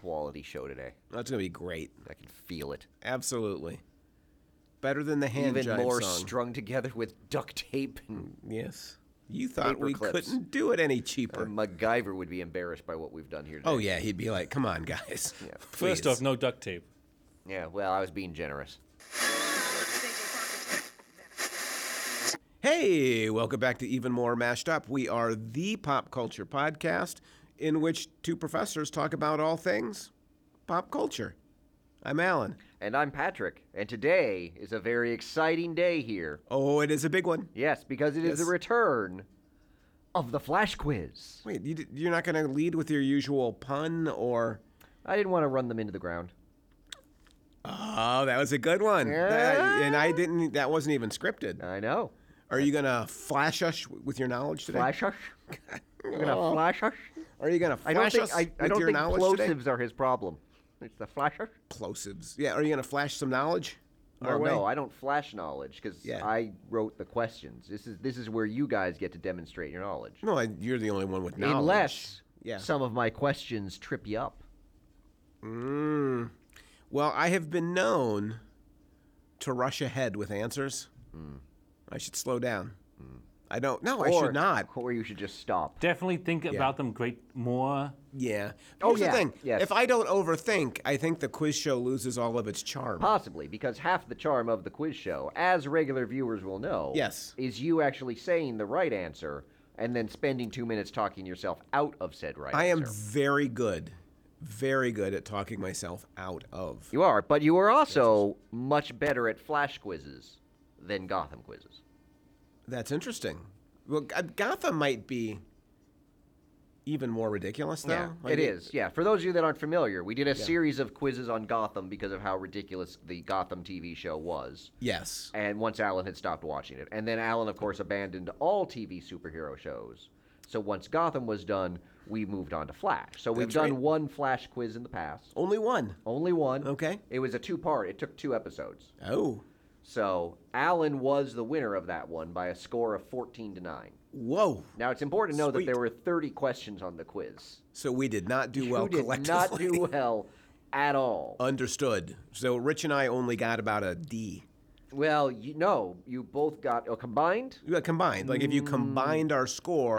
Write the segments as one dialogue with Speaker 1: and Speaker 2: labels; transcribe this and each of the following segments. Speaker 1: quality show today.
Speaker 2: That's gonna be great.
Speaker 1: I can feel it.
Speaker 2: Absolutely. Better than the hand
Speaker 1: Even
Speaker 2: jive
Speaker 1: more
Speaker 2: song.
Speaker 1: strung together with duct tape, and
Speaker 2: yes. You thought
Speaker 1: Paper
Speaker 2: we
Speaker 1: clips.
Speaker 2: couldn't do it any
Speaker 1: or
Speaker 2: cheaper.
Speaker 1: MacGyver would be embarrassed by what we've done here today.
Speaker 2: Oh yeah, he'd be like, "Come on, guys."
Speaker 1: Yeah.
Speaker 2: please."
Speaker 3: First off, no duct tape.
Speaker 1: Yeah, well, I was being generous.
Speaker 2: Hey, welcome back to Even More Mashed Up. We are the pop culture podcast in which two professors talk about all things pop culture. I'm Alan.
Speaker 1: And I'm Patrick, and today is a very exciting day here.
Speaker 2: Oh, it is a big one.
Speaker 1: Yes, because it is
Speaker 2: Yes.
Speaker 1: the return of the Flash Quiz.
Speaker 2: Wait, you, d- you're not going to lead with your usual pun or.
Speaker 1: I didn't want to run them into the ground.
Speaker 2: Oh, that was a good one. That- and I didn't, e, that wasn't even scripted.
Speaker 1: I know.
Speaker 2: Are you going to flash us with your knowledge today?
Speaker 1: Flash us. You're gonna
Speaker 2: Oh.
Speaker 1: flash us.
Speaker 2: Are you going to
Speaker 1: I don't
Speaker 2: flash
Speaker 1: think
Speaker 2: us
Speaker 1: I, I
Speaker 2: with
Speaker 1: don't
Speaker 2: your
Speaker 1: think
Speaker 2: knowledge
Speaker 1: plosives are his problem. It's the flash us.
Speaker 2: today? Plosives. Yeah, are you going to flash some knowledge? our
Speaker 1: Well,
Speaker 2: way?
Speaker 1: no, I don't flash knowledge because
Speaker 2: Yeah.
Speaker 1: I wrote the questions. This is this is where you guys get to demonstrate your knowledge.
Speaker 2: No, I, you're the only one with knowledge.
Speaker 1: Unless
Speaker 2: Yeah.
Speaker 1: some of my questions trip you up.
Speaker 2: Mm. Well, I have been known to rush ahead with answers. I should slow down. I don't. No, I
Speaker 1: Mm. or,
Speaker 2: should not.
Speaker 1: Or you should just stop.
Speaker 3: Definitely think about them great more.
Speaker 2: Yeah.
Speaker 1: Oh,
Speaker 2: Here's
Speaker 1: yeah,
Speaker 2: the thing.
Speaker 1: yes.
Speaker 2: If I don't overthink, I think the quiz show loses all of its charm.
Speaker 1: Possibly, because half the charm of the quiz show, as regular viewers will know,
Speaker 2: Yes.
Speaker 1: is you actually saying the right answer and then spending two minutes talking yourself out of said right
Speaker 2: I am
Speaker 1: answer.
Speaker 2: very good, very good at talking myself out of.
Speaker 1: You are, but you are also much better at flash quizzes than Gotham quizzes.
Speaker 2: That's interesting. Well, G- Gotham might be even more ridiculous, though.
Speaker 1: Yeah,
Speaker 2: Like,
Speaker 1: it is. Yeah, for those of you that aren't familiar, we did a series of quizzes on Gotham because of how ridiculous the Gotham TV show was.
Speaker 2: Yes.
Speaker 1: And once Alan had stopped watching it, and then Alan, of course, abandoned all TV superhero shows. So once Gotham was done, we moved on to Flash. So we've
Speaker 2: That's
Speaker 1: done
Speaker 2: right.
Speaker 1: one Flash quiz in the past,
Speaker 2: Only one.
Speaker 1: only one.
Speaker 2: Okay.
Speaker 1: It was a two-part. It took two episodes.
Speaker 2: Oh.
Speaker 1: So Alan was the winner of that one by a score of fourteen to nine.
Speaker 2: Whoa.
Speaker 1: Now it's important to know
Speaker 2: Sweet.
Speaker 1: that there were thirty questions on the quiz.
Speaker 2: So we did not do well
Speaker 1: Who did
Speaker 2: collectively.
Speaker 1: not do well at all.
Speaker 2: Understood. So Rich and I only got about a D.
Speaker 1: Well, you know, you both got oh, combined.
Speaker 2: Yeah, Combined, like if you combined our score,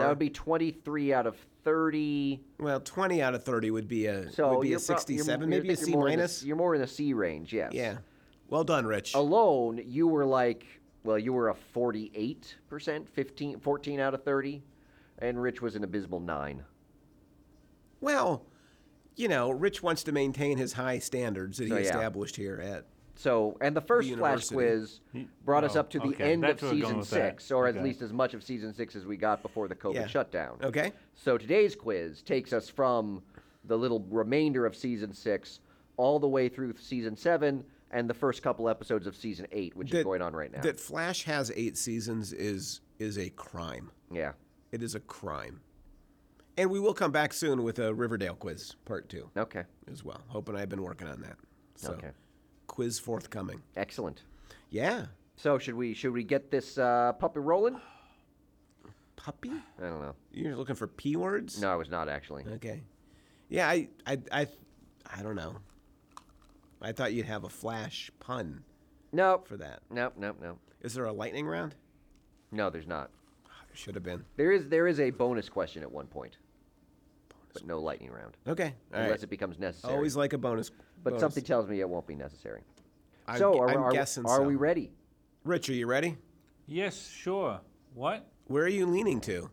Speaker 1: Mm. That would be twenty-three out of thirty.
Speaker 2: well, twenty out of thirty would be a
Speaker 1: So
Speaker 2: would be
Speaker 1: you're
Speaker 2: a
Speaker 1: pro- you're-
Speaker 2: sixty-seven,
Speaker 1: you're-
Speaker 2: maybe a
Speaker 1: you're
Speaker 2: C
Speaker 1: more in the-
Speaker 2: minus.
Speaker 1: you're more in the C Oh. range, yes.
Speaker 2: Yeah, well done, Rich.
Speaker 1: Alone, you were like, well, you were a 48%, 15, 14 out of 30, and Rich was an abysmal 9.
Speaker 2: Well, you know, Rich wants to maintain his high standards that
Speaker 1: So,
Speaker 2: he
Speaker 1: yeah.
Speaker 2: established here at.
Speaker 1: So, and the first
Speaker 2: The
Speaker 1: Flash
Speaker 2: university.
Speaker 1: quiz brought us
Speaker 3: oh,
Speaker 1: up to the
Speaker 3: okay,
Speaker 1: end of
Speaker 3: that's where we're going
Speaker 1: season
Speaker 3: with that.
Speaker 1: six, or at
Speaker 3: Okay.
Speaker 1: least as much of season six as we got before the COVID
Speaker 2: Yeah.
Speaker 1: shutdown.
Speaker 2: Okay.
Speaker 1: So today's quiz takes us from the little remainder of season six all the way through season seven and the first couple episodes of season eight, which is
Speaker 2: That-
Speaker 1: going on right now.
Speaker 2: That Flash has eight seasons is is a crime.
Speaker 1: yeah.
Speaker 2: It is a crime, and we will come back soon with a Riverdale quiz part two.
Speaker 1: Okay.
Speaker 2: as well. Hope and I have been working on that. So,
Speaker 1: Okay.
Speaker 2: quiz forthcoming.
Speaker 1: Excellent.
Speaker 2: Yeah.
Speaker 1: So should we should we get this uh, puppy rolling? I
Speaker 2: Puppy?
Speaker 1: don't know.
Speaker 2: You're looking for P words?
Speaker 1: No, I was not actually.
Speaker 2: Okay. Yeah, I, I, I, I don't know. I thought you'd have a flash pun
Speaker 1: No.
Speaker 2: for that.
Speaker 1: No, no, no.
Speaker 2: Is there a lightning round?
Speaker 1: No, there's not.
Speaker 2: Ah, There should have been.
Speaker 1: There is there is a bonus question at one point. But no lightning round.
Speaker 2: Okay. All
Speaker 1: unless
Speaker 2: right.
Speaker 1: it becomes necessary.
Speaker 2: Always like a bonus.
Speaker 1: but
Speaker 2: bonus.
Speaker 1: something tells me it won't be necessary.
Speaker 2: I'm
Speaker 1: so
Speaker 2: gu-
Speaker 1: are,
Speaker 2: I'm
Speaker 1: are,
Speaker 2: guessing
Speaker 1: are we
Speaker 2: so.
Speaker 1: ready?
Speaker 2: Rich, are you ready?
Speaker 3: Yes, sure. What?
Speaker 2: Where are you leaning to?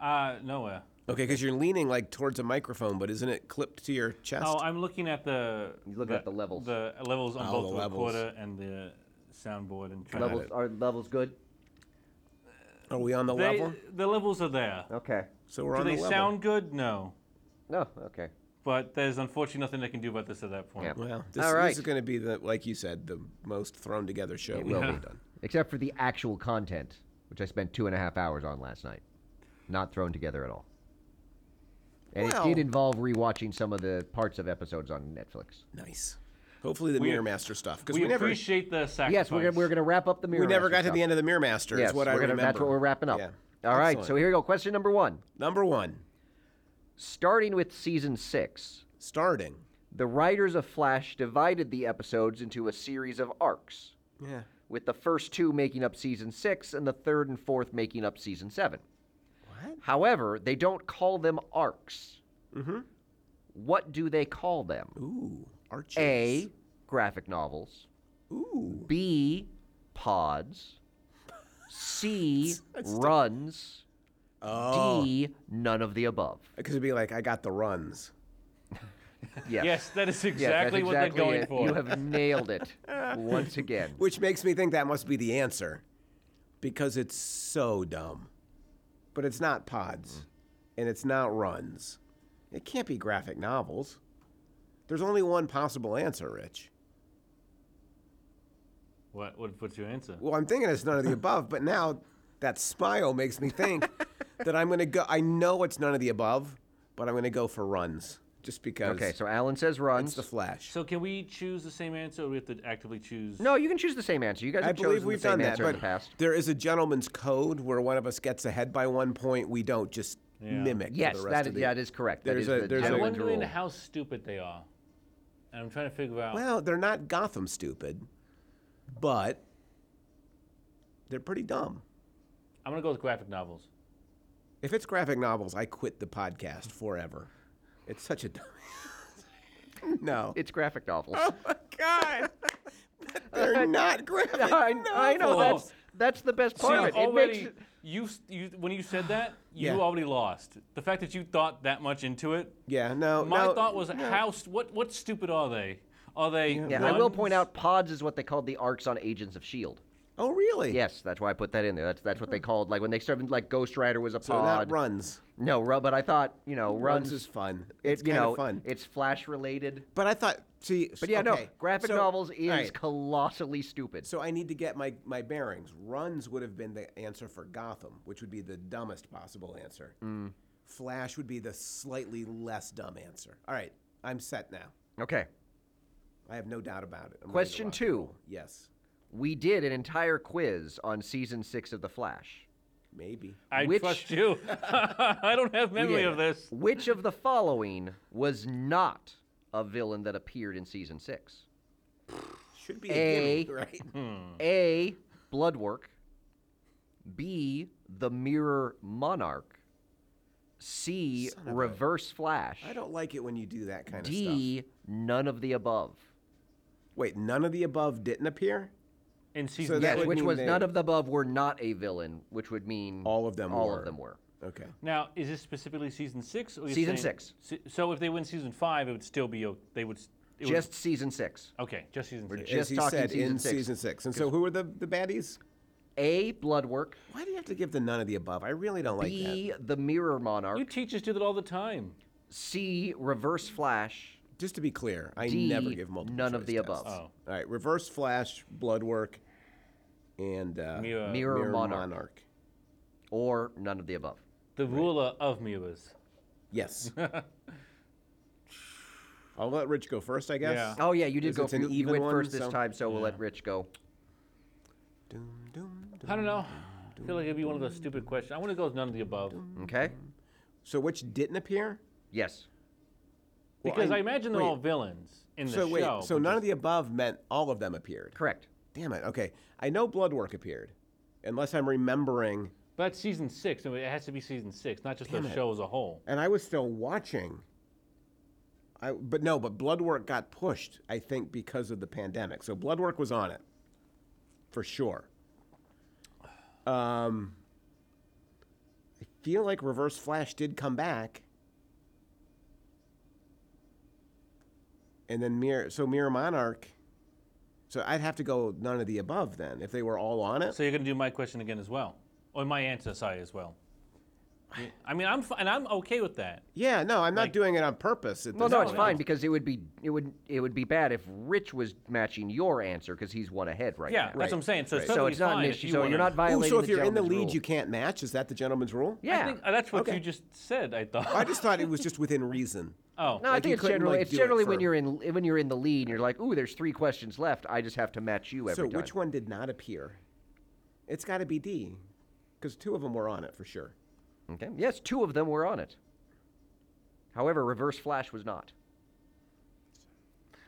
Speaker 3: Uh, nowhere.
Speaker 2: Okay, because you're leaning like towards a microphone, but isn't it clipped to your chest?
Speaker 3: Oh, I'm looking at the.
Speaker 1: You're looking at the levels.
Speaker 3: The levels on
Speaker 2: Oh,
Speaker 3: both
Speaker 2: the
Speaker 3: the
Speaker 2: levels.
Speaker 3: recorder and the soundboard and trying
Speaker 1: Levels
Speaker 3: to-
Speaker 1: are levels good?
Speaker 2: are we on the
Speaker 3: They,
Speaker 2: level?
Speaker 3: The levels are there.
Speaker 1: Okay.
Speaker 2: So we're
Speaker 3: Do
Speaker 2: on the
Speaker 3: they
Speaker 2: level.
Speaker 3: sound good? No.
Speaker 1: No, okay.
Speaker 3: But there's unfortunately nothing they can do about this at that point.
Speaker 1: Yeah.
Speaker 2: Well, this,
Speaker 1: All
Speaker 2: this
Speaker 1: right.
Speaker 2: is going to be the, like you said, the most thrown together show
Speaker 1: It
Speaker 2: we've
Speaker 1: will
Speaker 2: ever
Speaker 1: be.
Speaker 2: done.
Speaker 1: Except for the actual content, which I spent two and a half hours on last night. Not thrown together at all. And
Speaker 2: Well-
Speaker 1: it did involve rewatching some of the parts of episodes on Netflix.
Speaker 2: Nice. Hopefully the
Speaker 3: We-
Speaker 2: Mirror Master stuff because
Speaker 3: We,
Speaker 2: we, never
Speaker 3: appreciate the sacrifice.
Speaker 1: Yes, we're gonna, we're going to wrap up the mirror.
Speaker 2: we never
Speaker 1: Master
Speaker 2: got to
Speaker 1: stuff.
Speaker 2: the end of the Mirror Master.
Speaker 1: Yes,
Speaker 2: is what I
Speaker 1: we're gonna-
Speaker 2: remember.
Speaker 1: That's what we're wrapping up.
Speaker 2: Yeah.
Speaker 1: All right, so
Speaker 2: Excellent.
Speaker 1: here we go. Question number one.
Speaker 2: number one,
Speaker 1: Starting with season six,
Speaker 2: starting.
Speaker 1: The writers of Flash divided the episodes into a series of arcs,
Speaker 2: Yeah.
Speaker 1: with the first two making up season six and the third and fourth making up season seven.
Speaker 2: What?
Speaker 1: However, they don't call them arcs.
Speaker 2: Mhm.
Speaker 1: What do they call them?
Speaker 2: Ooh. Arches.
Speaker 1: A. Graphic novels.
Speaker 2: Ooh.
Speaker 1: B. Pods. C. runs.
Speaker 2: Oh.
Speaker 1: D. None of the above.
Speaker 2: Because it'd be like, I got the runs.
Speaker 1: Yes.
Speaker 3: Yes, that is
Speaker 1: Yes, that's
Speaker 3: exactly what
Speaker 1: exactly
Speaker 3: they're going
Speaker 1: it.
Speaker 3: for.
Speaker 1: You have nailed it once again.
Speaker 2: Which makes me think that must be the answer. Because it's so dumb. But it's not
Speaker 1: Mm.
Speaker 2: pods. And it's not runs. It can't be graphic novels. There's only one possible answer, Rich.
Speaker 3: What? What? What's your answer?
Speaker 2: Well, I'm thinking it's none of the above, but now that smile makes me think that I'm going to go. I know it's none of the above, but I'm going to go for runs just because
Speaker 1: Okay, so Alan says
Speaker 2: it's
Speaker 1: runs.
Speaker 2: the flash.
Speaker 3: So can we choose the same answer, or do we have to actively choose?
Speaker 1: no, you can choose the same answer. You guys
Speaker 2: I
Speaker 1: have
Speaker 2: believe
Speaker 1: chosen
Speaker 2: we've
Speaker 1: the same
Speaker 2: done that,
Speaker 1: answer in
Speaker 2: but
Speaker 1: the past.
Speaker 2: there is a gentleman's code where one of us gets ahead by one point. We don't just
Speaker 3: Yeah.
Speaker 2: mimic. for
Speaker 1: Yes,
Speaker 2: the rest
Speaker 1: that
Speaker 2: of
Speaker 1: is,
Speaker 2: the,
Speaker 1: that is correct. That
Speaker 2: there's
Speaker 1: is
Speaker 2: a-
Speaker 1: the
Speaker 2: there's a-
Speaker 3: I'm
Speaker 1: gentleman's
Speaker 3: wondering
Speaker 1: rule.
Speaker 3: how stupid they are, and I'm trying to figure out.
Speaker 2: Well, they're not Gotham stupid, but they're pretty dumb.
Speaker 3: I'm gonna go with graphic novels.
Speaker 2: If it's graphic novels, I quit the podcast forever. It's such a dumb. no. Oh
Speaker 1: It's graphic novels.
Speaker 2: my god. They're not graphic.
Speaker 1: I, I know
Speaker 3: novels.
Speaker 1: that's that's the best
Speaker 3: So
Speaker 1: part of it. It
Speaker 3: already,
Speaker 1: makes
Speaker 3: you, s- you when you said that, you
Speaker 2: Yeah.
Speaker 3: already lost. The fact that you thought that much into it.
Speaker 2: Yeah, no.
Speaker 3: My
Speaker 2: no,
Speaker 3: thought was, how st- what what stupid are they? Are they?
Speaker 1: Yeah, I will point
Speaker 3: runs?
Speaker 1: out pods is what they called the arcs on Agents of Shield.
Speaker 2: Oh, really?
Speaker 1: E Yes, that's why I put that in there. That's that's what they called like when they started like Ghost Rider was a
Speaker 2: Mm-hmm. So
Speaker 1: pod.
Speaker 2: that runs.
Speaker 1: No, ru- but I thought you know runs,
Speaker 2: Runs is fun.
Speaker 1: it
Speaker 2: it's
Speaker 1: you
Speaker 2: kind
Speaker 1: know
Speaker 2: of fun.
Speaker 1: it's Flash related.
Speaker 2: but I thought, see,
Speaker 1: But yeah, no,
Speaker 2: okay,
Speaker 1: graphic
Speaker 2: so-
Speaker 1: novels is
Speaker 2: all right,
Speaker 1: colossally stupid.
Speaker 2: So I need to get my my bearings. Runs would have been the answer for Gotham, which would be the dumbest possible answer.
Speaker 1: Mm.
Speaker 2: Flash would be the slightly less dumb answer. All right, I'm set now.
Speaker 1: Okay,
Speaker 2: I have no doubt about it. I'm ready to
Speaker 1: Question
Speaker 2: rock and roll.
Speaker 1: two.
Speaker 2: Yes,
Speaker 1: we did an entire quiz on season six of The Flash.
Speaker 2: maybe.
Speaker 3: I
Speaker 1: which-
Speaker 3: trust you. I don't have memory of this.
Speaker 1: Which of the following was not a villain that appeared in season six?
Speaker 2: Should be a,
Speaker 1: A.
Speaker 2: gimme, right?
Speaker 1: A. Bloodwork. B. The Mirror Monarch. C.
Speaker 2: Son of a-
Speaker 1: Reverse Flash.
Speaker 2: I don't like it when you do that kind of stuff.
Speaker 1: D. None of the above.
Speaker 2: Wait, none of the above didn't appear?
Speaker 3: In season,
Speaker 2: that
Speaker 1: Yes,
Speaker 2: would
Speaker 1: which
Speaker 2: mean
Speaker 1: was
Speaker 2: they-
Speaker 1: none of the above were not a villain, which would mean
Speaker 2: All of them
Speaker 1: All
Speaker 2: were.
Speaker 1: of them were.
Speaker 2: Okay.
Speaker 3: now is this specifically season six or you're
Speaker 1: Season
Speaker 3: saying-
Speaker 1: six.
Speaker 3: se- So if they win season five, it would still be o- they would. s- It would-
Speaker 1: Just season six.
Speaker 3: okay, just season six.
Speaker 1: Just
Speaker 2: As he
Speaker 1: talking
Speaker 2: said,
Speaker 1: season
Speaker 2: in
Speaker 1: six.
Speaker 2: season six. And so who were the, the baddies?
Speaker 1: A. Bloodwork.
Speaker 2: Why do you have to give the none of the above? I really don't like that.
Speaker 1: B. The Mirror Monarch.
Speaker 3: You teachers do that all the time.
Speaker 1: C. Reverse Flash.
Speaker 2: Just to be clear, I
Speaker 1: D,
Speaker 2: never give multiple
Speaker 1: none of
Speaker 2: choice
Speaker 1: the
Speaker 2: tests.
Speaker 1: above.
Speaker 3: Oh.
Speaker 2: All right, reverse flash, blood work, and uh,
Speaker 3: Mirror-
Speaker 1: Mirror Monarch.
Speaker 2: monarch.
Speaker 1: Or none of the above.
Speaker 3: The ruler of mirrors.
Speaker 2: Yes. I'll let Rich go first, I guess.
Speaker 3: Yeah.
Speaker 1: Oh yeah, you did
Speaker 2: Is
Speaker 1: go.
Speaker 2: it an
Speaker 1: you- you
Speaker 2: even
Speaker 1: went
Speaker 2: one,
Speaker 1: first this
Speaker 2: so-
Speaker 1: time, so we'll let Rich go.
Speaker 2: Doom, doom, doom.
Speaker 3: I don't know. I feel like it'd be one of those stupid questions. I want to go with none of the above.
Speaker 2: Mm-hmm.
Speaker 1: Okay.
Speaker 2: So which didn't appear?
Speaker 1: Yes.
Speaker 2: Well,
Speaker 3: Because
Speaker 2: I-
Speaker 3: I, imagine they're
Speaker 2: wait.
Speaker 3: all villains in the
Speaker 2: so wait,
Speaker 3: show.
Speaker 2: so none of the above meant all of them appeared.
Speaker 1: Correct.
Speaker 2: Damn it. Okay, I know blood work appeared, unless I'm remembering.
Speaker 3: But that's season six. I mean, it has to be season six, not just the show as a whole.
Speaker 2: and I was still watching. I but no, but Bloodwork got pushed, I think, because of the pandemic. So Bloodwork was on it, for sure. Um, I feel like Reverse Flash did come back, and then Mirror. So Mirror Monarch. So I'd have to go none of the above then, if they were all on it.
Speaker 3: So you're gonna do my question again as well, or my answer, sorry, as well. You- I mean, I'm fi- and I'm okay with that.
Speaker 2: Yeah, no, I'm not doing it on purpose. At
Speaker 1: Well,
Speaker 2: this
Speaker 1: no, it's
Speaker 2: point.
Speaker 1: fine because it would be it would it would be bad if Rich was matching your answer because he's one ahead right now.
Speaker 3: Yeah, that's what I'm saying. So,
Speaker 2: Right.
Speaker 3: it's
Speaker 1: So
Speaker 3: totally
Speaker 1: it's not an
Speaker 3: fine if
Speaker 1: issue.
Speaker 3: you
Speaker 1: so
Speaker 3: wanna-
Speaker 1: you're not
Speaker 2: Ooh,
Speaker 1: violating.
Speaker 2: so if you're in the
Speaker 1: gentleman's
Speaker 2: lead,
Speaker 1: rule.
Speaker 2: you can't match. Is that the gentleman's rule?
Speaker 1: Yeah.
Speaker 3: I think, uh, that's what
Speaker 2: Okay.
Speaker 3: you just said. I thought.
Speaker 2: I just thought it was just within reason.
Speaker 3: oh,
Speaker 1: No, I
Speaker 2: like, you
Speaker 1: think it's
Speaker 2: couldn't,
Speaker 1: generally
Speaker 2: like,
Speaker 1: it's
Speaker 2: do it
Speaker 1: generally when
Speaker 2: for-
Speaker 1: you're in when you're in the lead and you're like, ooh, there's three questions left. I just have to match you every
Speaker 2: So
Speaker 1: time.
Speaker 2: which one did not appear? It's got to be D, because two of them were on it for sure.
Speaker 1: Okay. Yes, two of them were on it. However, Reverse Flash was not.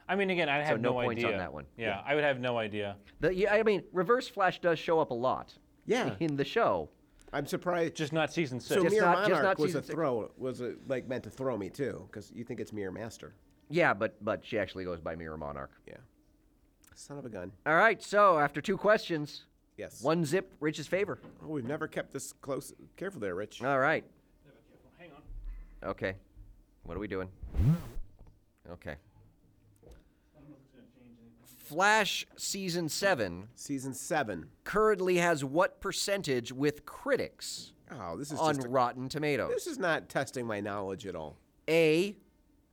Speaker 3: I mean, again, I have
Speaker 1: no
Speaker 3: no,
Speaker 1: points
Speaker 3: idea
Speaker 1: on that one.
Speaker 3: Yeah, I would have no idea.
Speaker 1: The, yeah, I mean, Reverse Flash does show up a lot.
Speaker 2: Yeah.
Speaker 1: In the show.
Speaker 2: I'm surprised.
Speaker 3: Just not season six.
Speaker 2: so
Speaker 1: just
Speaker 2: Mirror
Speaker 1: not- just
Speaker 2: Monarch
Speaker 1: not
Speaker 2: was a
Speaker 1: season six.
Speaker 2: throw. Was a, like meant to throw me too, because you think it's Mirror Master.
Speaker 1: Yeah, but but she actually goes by Mirror Monarch.
Speaker 2: Yeah. Son of a gun.
Speaker 1: All right, so after two questions,
Speaker 2: Yes.
Speaker 1: one zip Rich's favor.
Speaker 2: Oh, we've never kept this close. Careful there, Rich.
Speaker 1: All right.
Speaker 3: Hang on.
Speaker 1: Okay. What are we doing? Okay. Flash season 7
Speaker 2: Season seven.
Speaker 1: currently has what percentage with critics
Speaker 2: Oh, this is
Speaker 1: on
Speaker 2: just. a-
Speaker 1: Rotten
Speaker 2: this
Speaker 1: Tomatoes?
Speaker 2: is not testing my knowledge at all.
Speaker 1: A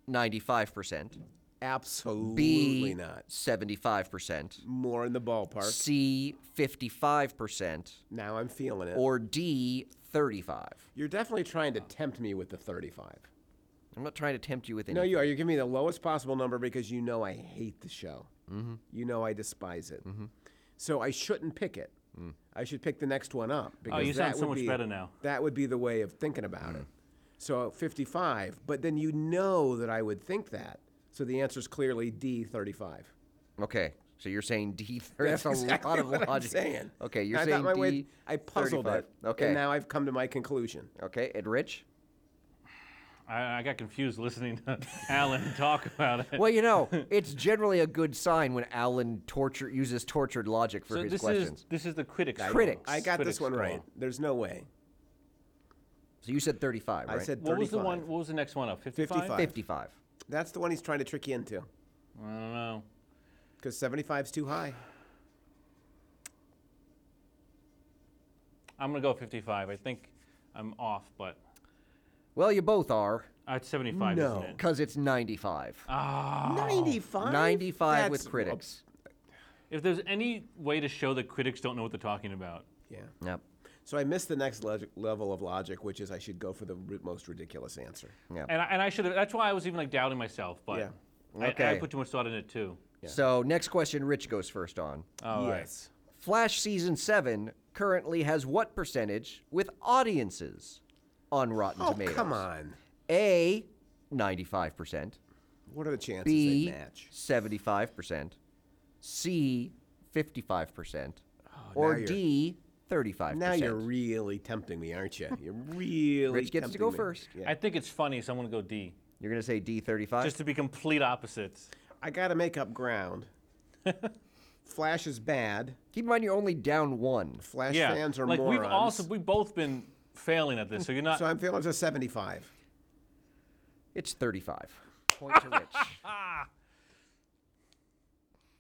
Speaker 1: 95%,
Speaker 2: Absolutely
Speaker 1: B
Speaker 2: not.
Speaker 1: 75%,
Speaker 2: More in the ballpark.
Speaker 1: C 55%,
Speaker 2: Now I'm feeling it.
Speaker 1: or D 35.
Speaker 2: You're definitely trying to tempt me with the 35.
Speaker 1: I'm not trying to tempt you with any.
Speaker 2: No, you are. You're giving me the lowest possible number because you know I hate the show. Mm-hmm. You know I despise it. Mm-hmm. So I shouldn't pick it.
Speaker 1: Mm.
Speaker 2: I should pick the next one up.
Speaker 1: Oh,
Speaker 2: Because
Speaker 3: you sound
Speaker 2: that
Speaker 3: so
Speaker 2: would
Speaker 3: much
Speaker 2: be-
Speaker 3: better now.
Speaker 2: That would be the way of thinking about
Speaker 1: Mm.
Speaker 2: it. So 55, but then you know that I would think that. So the answer is clearly D 35.
Speaker 1: Okay, so you're saying D.
Speaker 2: That's
Speaker 1: That's a
Speaker 2: exactly
Speaker 1: lot of
Speaker 2: what I'm
Speaker 1: logic.
Speaker 2: saying.
Speaker 1: Okay, you're
Speaker 2: I thought
Speaker 1: saying
Speaker 2: my
Speaker 1: D.
Speaker 2: way- I puzzled
Speaker 1: 35.
Speaker 2: it.
Speaker 1: Okay.
Speaker 2: And now I've come to my conclusion.
Speaker 1: okay, and Rich.
Speaker 3: I, I got confused listening to Alan talk about it.
Speaker 1: Well, you know, it's generally a good sign when Alan torture uses tortured logic for
Speaker 3: so
Speaker 1: his
Speaker 3: this
Speaker 1: questions.
Speaker 3: is this is the critics. score.
Speaker 1: Critics.
Speaker 2: I got
Speaker 3: Critics
Speaker 2: this one
Speaker 3: score.
Speaker 2: right. There's no way.
Speaker 1: So you said 35, right?
Speaker 2: I said 35.
Speaker 3: What was the one? What was the next one up? 55?
Speaker 2: 55.
Speaker 1: 55.
Speaker 2: That's the one he's trying to trick you into.
Speaker 3: I don't know.
Speaker 2: Because 75's too high.
Speaker 3: I'm gonna go 55. I think I'm off, but
Speaker 1: Well, you both are
Speaker 3: uh, it's 75,
Speaker 2: No.
Speaker 3: isn't it?
Speaker 1: because it's 95.
Speaker 3: Ah.
Speaker 2: 95?
Speaker 1: 95
Speaker 2: That's
Speaker 1: with
Speaker 2: a-
Speaker 1: critics.
Speaker 3: If there's any way to show that critics don't know what they're talking about,
Speaker 2: yeah.
Speaker 1: Yep.
Speaker 2: So I missed the next logic, level of logic, which is I should go for the ri- most ridiculous answer.
Speaker 3: and I, and I should have. That's why I was even like doubting myself, but
Speaker 2: Yeah.
Speaker 3: I- I,
Speaker 1: Okay.
Speaker 3: put too much thought in it too.
Speaker 1: So next question, Rich goes first on.
Speaker 3: All right.
Speaker 2: yes.
Speaker 1: Flash season seven currently has what percentage with audiences on Rotten
Speaker 2: Oh,
Speaker 1: Tomatoes?
Speaker 2: come on.
Speaker 1: A, 95%.
Speaker 2: What are the chances
Speaker 1: B,
Speaker 2: they match?
Speaker 1: 75%. C, 55%. or
Speaker 2: Oh, now you're-
Speaker 1: D, 35%.
Speaker 2: Now you're really tempting me, aren't you? You're really
Speaker 1: Rich gets to
Speaker 2: tempting
Speaker 1: go
Speaker 2: me.
Speaker 1: first.
Speaker 2: Yeah.
Speaker 3: I think it's funny, so I'm gonna go D,
Speaker 1: You're going to say D, 35?
Speaker 3: just to be complete opposites.
Speaker 2: I got to make up ground. Flash is bad.
Speaker 1: Keep in mind you're only down one.
Speaker 2: Flash
Speaker 3: yeah,
Speaker 2: fans are
Speaker 3: like
Speaker 2: morons.
Speaker 3: we've also we've both been failing at this, so you're not.
Speaker 2: so I'm feeling it's a 75.
Speaker 1: It's 35. Point to Rich.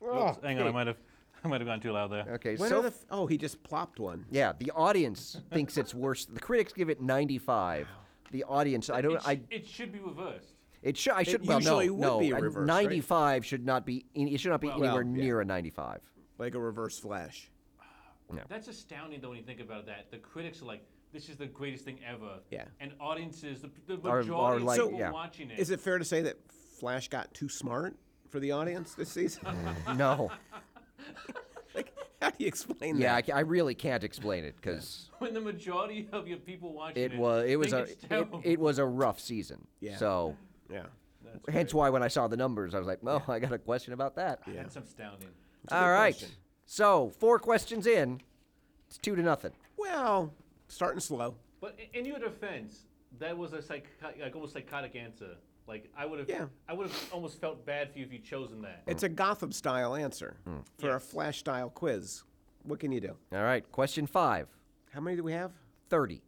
Speaker 3: Oops, hang on, I might have I might have gone too loud there.
Speaker 1: oh, Okay,
Speaker 2: When
Speaker 1: so.
Speaker 2: are the f- oh, he just plopped one.
Speaker 1: yeah, the audience thinks it's worse. The critics give it 95. The audience, I don't,
Speaker 3: It, sh-
Speaker 1: I,
Speaker 3: it should be reversed.
Speaker 1: it should, I should, well,
Speaker 2: usually
Speaker 1: no,
Speaker 2: would
Speaker 1: no,
Speaker 2: be
Speaker 1: a
Speaker 2: reversed, right?
Speaker 1: 95 should not be, any- it should not be
Speaker 3: Well,
Speaker 1: anywhere
Speaker 2: yeah.
Speaker 1: near a 95.
Speaker 2: Like a reverse Flash.
Speaker 3: That's astounding, though, when you think about that. The critics are like, "This is the greatest thing ever."
Speaker 2: Yeah.
Speaker 3: And audiences, the, the
Speaker 1: are
Speaker 3: majority of
Speaker 1: like-
Speaker 3: people
Speaker 1: yeah.
Speaker 3: watching it.
Speaker 2: Is it fair to say that Flash got too smart for the audience this season?
Speaker 1: No.
Speaker 2: How do you explain
Speaker 1: Yeah, I,
Speaker 2: that?
Speaker 1: ca- I really can't explain it because
Speaker 3: when the majority of your people watching it,
Speaker 1: it was it was a
Speaker 3: think
Speaker 1: it,
Speaker 3: it's terrible.
Speaker 1: it was a rough season.
Speaker 2: Yeah.
Speaker 1: So
Speaker 2: Yeah.
Speaker 1: hence why when I saw the numbers, I was like, "Oh, I got a question about that."
Speaker 3: That's astounding.
Speaker 1: All right.
Speaker 2: question.
Speaker 1: So four questions in, it's two to nothing.
Speaker 2: Well, starting slow.
Speaker 3: But i- in your defense, that was a psychotic, like almost psychotic answer. Like I would have,
Speaker 2: Yeah.
Speaker 3: I would have almost felt bad for you if you'd chosen that.
Speaker 2: It's
Speaker 1: Hmm.
Speaker 2: a Gotham style answer for a Flash style quiz. What can you do?
Speaker 1: All right. Question five,
Speaker 2: How many do we have?
Speaker 1: 30.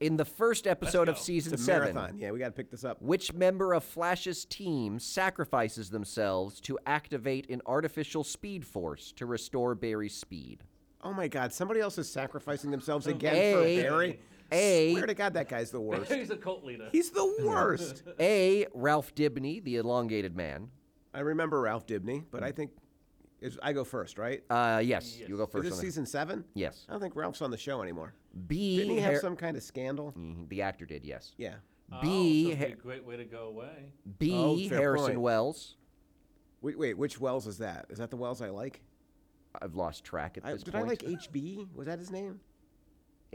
Speaker 1: In the first episode of
Speaker 3: go.
Speaker 1: season
Speaker 2: It's a
Speaker 1: seven,
Speaker 2: marathon. Yeah, we got to pick this up.
Speaker 1: which member of Flash's team sacrifices themselves to activate an artificial speed force to restore Barry's speed?
Speaker 2: Oh my God! Somebody else is sacrificing themselves again
Speaker 1: A-
Speaker 2: for Barry.
Speaker 1: A-
Speaker 2: Swear to God, that guy's the worst.
Speaker 3: He's a cult leader.
Speaker 2: He's the
Speaker 1: Hmm.
Speaker 2: worst.
Speaker 1: A. Ralph Dibny, the elongated man.
Speaker 2: I remember Ralph Dibny, but I
Speaker 1: Hmm.
Speaker 2: think is I go first, right?
Speaker 1: Uh, yes, you go
Speaker 2: Is
Speaker 1: first.
Speaker 2: this
Speaker 1: on the-
Speaker 2: season seven?
Speaker 1: Yes.
Speaker 2: I don't think Ralph's on the show anymore.
Speaker 1: B.
Speaker 2: Didn't he have
Speaker 1: Har-
Speaker 2: some kind of scandal?
Speaker 1: Mhm, the actor did, yes.
Speaker 2: E Yeah.
Speaker 3: oh, so
Speaker 1: B.
Speaker 3: it'd be a
Speaker 1: Ha-
Speaker 3: great way to go away.
Speaker 1: B.
Speaker 2: Oh, fair
Speaker 1: Harrison
Speaker 2: point.
Speaker 1: Wells.
Speaker 2: Wait, wait, which Wells is that? Is that the Wells I like?
Speaker 1: I've lost track at
Speaker 2: I,
Speaker 1: this
Speaker 2: did
Speaker 1: point.
Speaker 2: I like HB? Was that his name?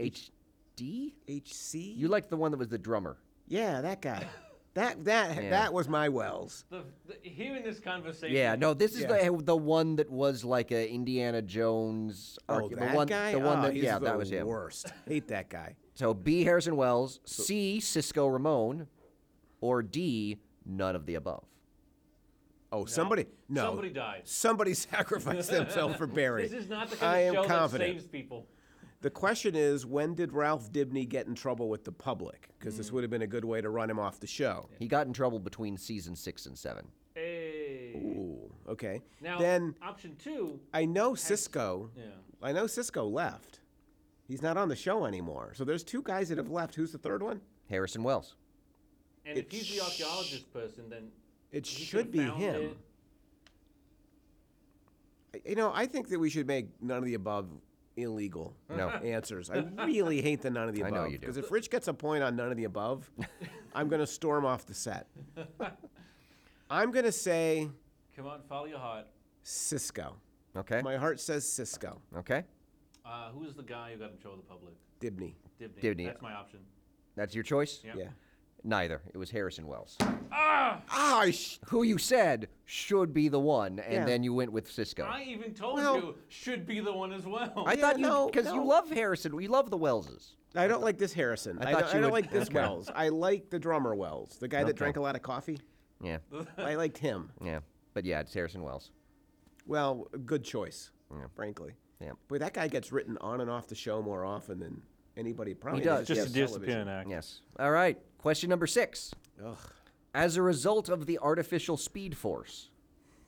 Speaker 1: H. D.
Speaker 2: HC?
Speaker 1: You liked the one that was the drummer.
Speaker 2: yeah, that guy. That that
Speaker 1: Yeah.
Speaker 2: that was my Wells.
Speaker 3: The, the, hearing this conversation.
Speaker 1: Yeah, no, this is
Speaker 2: Yeah.
Speaker 1: the the one that was like a Indiana Jones.
Speaker 2: Oh,
Speaker 1: arc-
Speaker 2: that
Speaker 1: the one,
Speaker 2: guy.
Speaker 1: The one
Speaker 2: Oh,
Speaker 1: that
Speaker 2: he's
Speaker 1: yeah,
Speaker 2: the
Speaker 1: that was him.
Speaker 2: Worst. Hate that guy.
Speaker 1: So B. Harrison Wells, C. Cisco Ramon, or D. None of the above.
Speaker 2: Oh, somebody no.
Speaker 3: Somebody died.
Speaker 2: Somebody sacrificed themselves for Barry.
Speaker 3: This is not the
Speaker 2: I
Speaker 3: kind
Speaker 2: am
Speaker 3: of show
Speaker 2: confident.
Speaker 3: that saves people.
Speaker 2: The question is, when did Ralph Dibny get in trouble with the public? Because
Speaker 3: Mm.
Speaker 2: this would have been a good way to run him off the show.
Speaker 1: He got in trouble between season six and seven.
Speaker 3: Hey.
Speaker 2: Ooh, okay.
Speaker 3: Now,
Speaker 2: then
Speaker 3: option two.
Speaker 2: I know Cisco.
Speaker 3: Yeah.
Speaker 2: I know Cisco left. He's not on the show anymore. So there's two guys that have left. Who's the third one?
Speaker 1: Harrison Wells.
Speaker 3: And if
Speaker 2: It
Speaker 3: he's the archaeologist person, then
Speaker 2: It
Speaker 3: he
Speaker 2: should
Speaker 3: could've
Speaker 2: be
Speaker 3: found
Speaker 2: him.
Speaker 3: it.
Speaker 2: You know, I think that we should make none of the above illegal
Speaker 1: No.
Speaker 2: answers. I really hate the none of the
Speaker 1: I
Speaker 2: above.
Speaker 1: know you do.
Speaker 2: Because if Rich gets a point on none of the above, I'm going to storm off the set. I'm going to say
Speaker 3: Come on, follow your heart.
Speaker 2: Cisco.
Speaker 1: Okay.
Speaker 2: My heart says Cisco.
Speaker 1: Okay.
Speaker 3: Uh, who is the guy who got in trouble with the public?
Speaker 2: Dibney.
Speaker 3: Dibney.
Speaker 1: Dibney.
Speaker 3: That's my option.
Speaker 1: That's your choice.
Speaker 3: Yeah.
Speaker 2: Yeah.
Speaker 1: Neither. It was Harrison Wells,
Speaker 3: Ah!
Speaker 2: Ah, I sh-
Speaker 1: who you said should be the one, and
Speaker 2: Yeah.
Speaker 1: then you went with Cisco.
Speaker 3: I even told
Speaker 2: Well-
Speaker 3: you should be the one as well.
Speaker 1: I thought you
Speaker 2: no,
Speaker 1: because
Speaker 2: no.
Speaker 1: you love Harrison. You love the Welleses.
Speaker 2: I don't like this Harrison.
Speaker 1: I
Speaker 2: I,
Speaker 1: thought
Speaker 2: don't, I
Speaker 1: you
Speaker 2: don't
Speaker 1: would-
Speaker 2: like this
Speaker 1: okay.
Speaker 2: Wells. I like the drummer Wells, the guy that
Speaker 1: Okay.
Speaker 2: drank a lot of coffee.
Speaker 1: Yeah.
Speaker 2: I liked him.
Speaker 1: Yeah. But yeah, it's Harrison Wells.
Speaker 2: Well, good choice, frankly.
Speaker 1: Yeah.
Speaker 2: Boy, that guy gets written on and off the show more often than anybody probably.
Speaker 1: does,
Speaker 2: does
Speaker 3: just a
Speaker 1: yes,
Speaker 3: disappearing act.
Speaker 1: Yes. All right. Question number six.
Speaker 2: Ugh.
Speaker 1: As a result of the artificial speed force,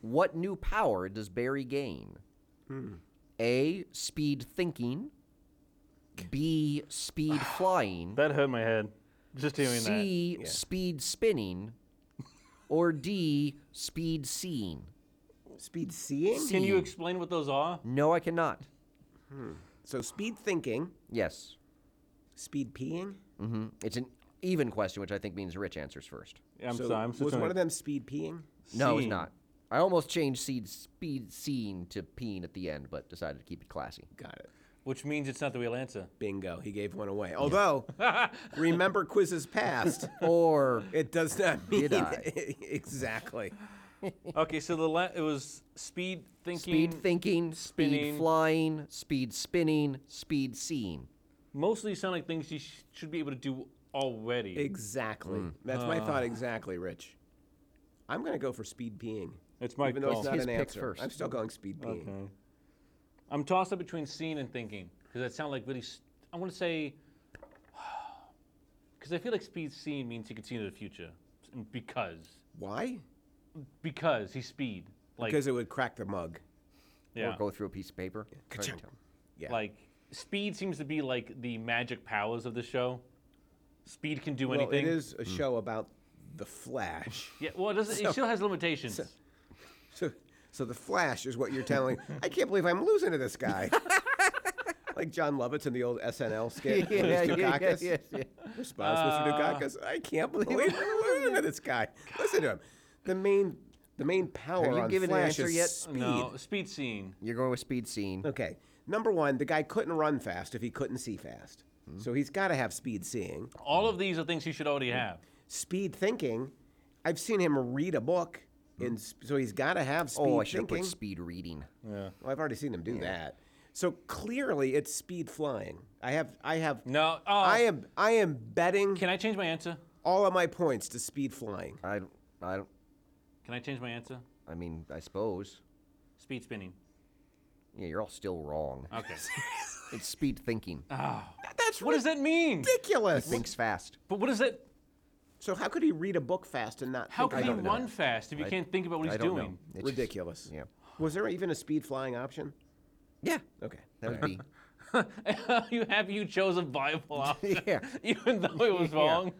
Speaker 1: what new power does Barry gain?
Speaker 2: Hmm.
Speaker 1: A. Speed thinking. B. Speed flying.
Speaker 3: That hurt my head. Just hearing
Speaker 1: C. Speed spinning. Or D. Speed seeing.
Speaker 2: Speed seeing.
Speaker 3: that. Can you explain what those are?
Speaker 1: No, I cannot.
Speaker 2: So speed thinking,
Speaker 1: Yes.
Speaker 2: speed peeing.
Speaker 1: hmm It's an even question, which I think means Rich answers first.
Speaker 3: I'm
Speaker 2: so
Speaker 3: sorry. I'm
Speaker 2: was one
Speaker 3: trying
Speaker 2: of them speed peeing?
Speaker 3: to-
Speaker 1: No, it's
Speaker 3: Seeing.
Speaker 1: not. I almost changed seed speed scene to peen at the end, but decided to keep it classy.
Speaker 2: Got it.
Speaker 3: Which means it's not the real answer.
Speaker 2: Bingo. He gave one away. Although, remember quizzes past.
Speaker 1: Or
Speaker 2: It does not mean
Speaker 1: Did I?
Speaker 2: exactly.
Speaker 3: okay, so the la- it was speed thinking.
Speaker 1: speed thinking, speed
Speaker 3: spinning.
Speaker 1: flying, speed spinning, speed seeing.
Speaker 3: mostly sound like things you sh- should be able to do already.
Speaker 2: Exactly.
Speaker 1: Hmm.
Speaker 2: That's my
Speaker 3: Ah.
Speaker 2: thought exactly, Rich. I'm going to go for speed peeing.
Speaker 3: It's my
Speaker 2: Even though
Speaker 3: call.
Speaker 2: it's not
Speaker 1: His
Speaker 2: an
Speaker 1: pick
Speaker 2: answer.
Speaker 1: first.
Speaker 2: I'm still going speed peeing.
Speaker 3: Okay. I'm tossed up between seeing and thinking because that sound like really. St- I want to say because I feel like speed seeing means he can see into the future and because
Speaker 2: Why?
Speaker 3: because he's speed like
Speaker 2: Because it would crack the mug.
Speaker 3: yeah
Speaker 1: Or go through a piece of paper. Hard to
Speaker 2: Ka-chunk.
Speaker 1: tell.
Speaker 2: Yeah.
Speaker 3: like speed seems to be like the magic powers of the show. Speed can do
Speaker 2: well,
Speaker 3: anything.
Speaker 2: it is a show about the Flash.
Speaker 3: Yeah, well, it, doesn't, it still has limitations.
Speaker 2: So, so the Flash is what you're telling. I can't believe I'm losing to this guy. like John Lovitz in the old SNL skit. with
Speaker 1: Yeah, yeah,
Speaker 2: his
Speaker 1: yeah, Uh,
Speaker 2: Dukakis.
Speaker 1: yes, yeah.
Speaker 2: Response, Mr. Dukakis. I can't believe I'm losing to this guy. Listen to him. The main, the main power
Speaker 1: Have you
Speaker 2: on
Speaker 1: given an
Speaker 2: Flash
Speaker 1: answer
Speaker 2: is
Speaker 1: yet?
Speaker 2: speed.
Speaker 3: No, speed seeing.
Speaker 1: You're going with speed seeing.
Speaker 2: Okay. Number one, the guy couldn't run fast if he couldn't see fast. So he's got to have speed seeing.
Speaker 3: All of these are things he should already have.
Speaker 2: Speed thinking. I've seen him read a book,
Speaker 3: Hmm.
Speaker 2: and sp- so he's got to have speed
Speaker 1: oh, I should have
Speaker 2: thinking.
Speaker 1: put speed reading.
Speaker 3: uh, Yeah.
Speaker 2: Well, I've already seen him do that. So clearly, it's speed flying. I have, I have,
Speaker 3: No. Oh,
Speaker 2: I am, I am betting
Speaker 3: Can I change my answer?
Speaker 2: all of my points to speed flying.
Speaker 1: I, don't- I, don't-
Speaker 3: Can I change my answer?
Speaker 1: I mean, I suppose.
Speaker 3: Speed spinning.
Speaker 1: Yeah, you're all still wrong.
Speaker 3: Okay.
Speaker 1: It's speed thinking.
Speaker 2: That's
Speaker 3: what does that mean?
Speaker 2: ridiculous.
Speaker 1: Thinks fast.
Speaker 3: But what is that?
Speaker 2: So how could he read a book fast and not?
Speaker 3: How
Speaker 2: think
Speaker 3: can he
Speaker 2: about it?
Speaker 3: run fast if you can't think about what
Speaker 1: I
Speaker 3: he's
Speaker 1: don't
Speaker 3: doing?
Speaker 1: know. It's just-
Speaker 2: Ridiculous.
Speaker 1: yeah.
Speaker 2: Was there even a speed flying option?
Speaker 1: Yeah.
Speaker 2: Okay.
Speaker 1: That would be.
Speaker 3: you happy you chose a viable option,
Speaker 1: Yeah.
Speaker 3: even though it was wrong.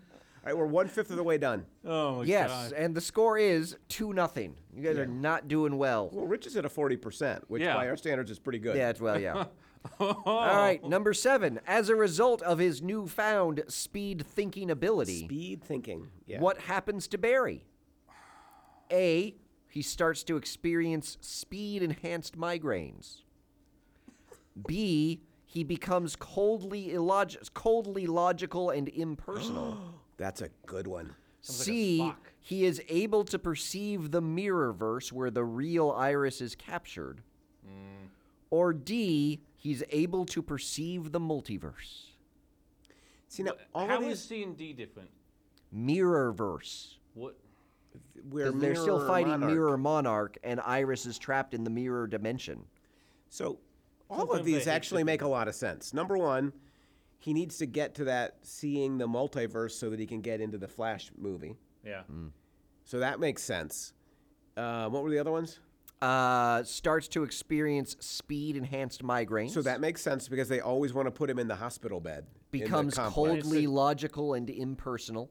Speaker 2: All right, we're one fifth of the way done.
Speaker 3: Oh my
Speaker 1: Yes,
Speaker 3: god.
Speaker 1: and the score is two nothing. You guys are not doing well.
Speaker 2: Well, Rich is at a forty percent, which
Speaker 3: Yeah.
Speaker 2: by our standards is pretty good.
Speaker 1: Yeah, it's well, yeah. All right, number seven. As a result of his newfound speed thinking ability,
Speaker 2: Speed thinking. Yeah.
Speaker 1: what happens to Barry? A. He starts to experience speed enhanced migraines. B. He becomes coldly illog- coldly logical and impersonal.
Speaker 2: That's a good one.
Speaker 3: like a
Speaker 1: C,
Speaker 3: Spock.
Speaker 1: he is able to perceive the mirrorverse where the real Iris is captured.
Speaker 3: Mm.
Speaker 1: Or D, he's able to perceive the multiverse.
Speaker 2: See now, all
Speaker 3: How
Speaker 2: of
Speaker 3: is
Speaker 2: these
Speaker 3: C and D different?
Speaker 1: Mirrorverse.
Speaker 3: What?
Speaker 2: we're
Speaker 1: Because they're still
Speaker 2: mirror
Speaker 1: fighting
Speaker 2: monarch.
Speaker 1: Mirror Monarch, and Iris is trapped in the mirror dimension.
Speaker 2: So all of
Speaker 3: Sometimes I
Speaker 2: these
Speaker 3: hate
Speaker 2: actually make a lot of sense. Number one, he needs to get to that seeing the multiverse so that he can get into the Flash movie.
Speaker 3: Yeah.
Speaker 1: Mm.
Speaker 2: So that makes sense. Uh, what were the other ones?
Speaker 1: Uh, starts to experience speed enhanced migraines.
Speaker 2: So that makes sense because they always want to put him in the hospital bed. in the
Speaker 1: becomes
Speaker 2: complex.
Speaker 1: coldly logical and impersonal.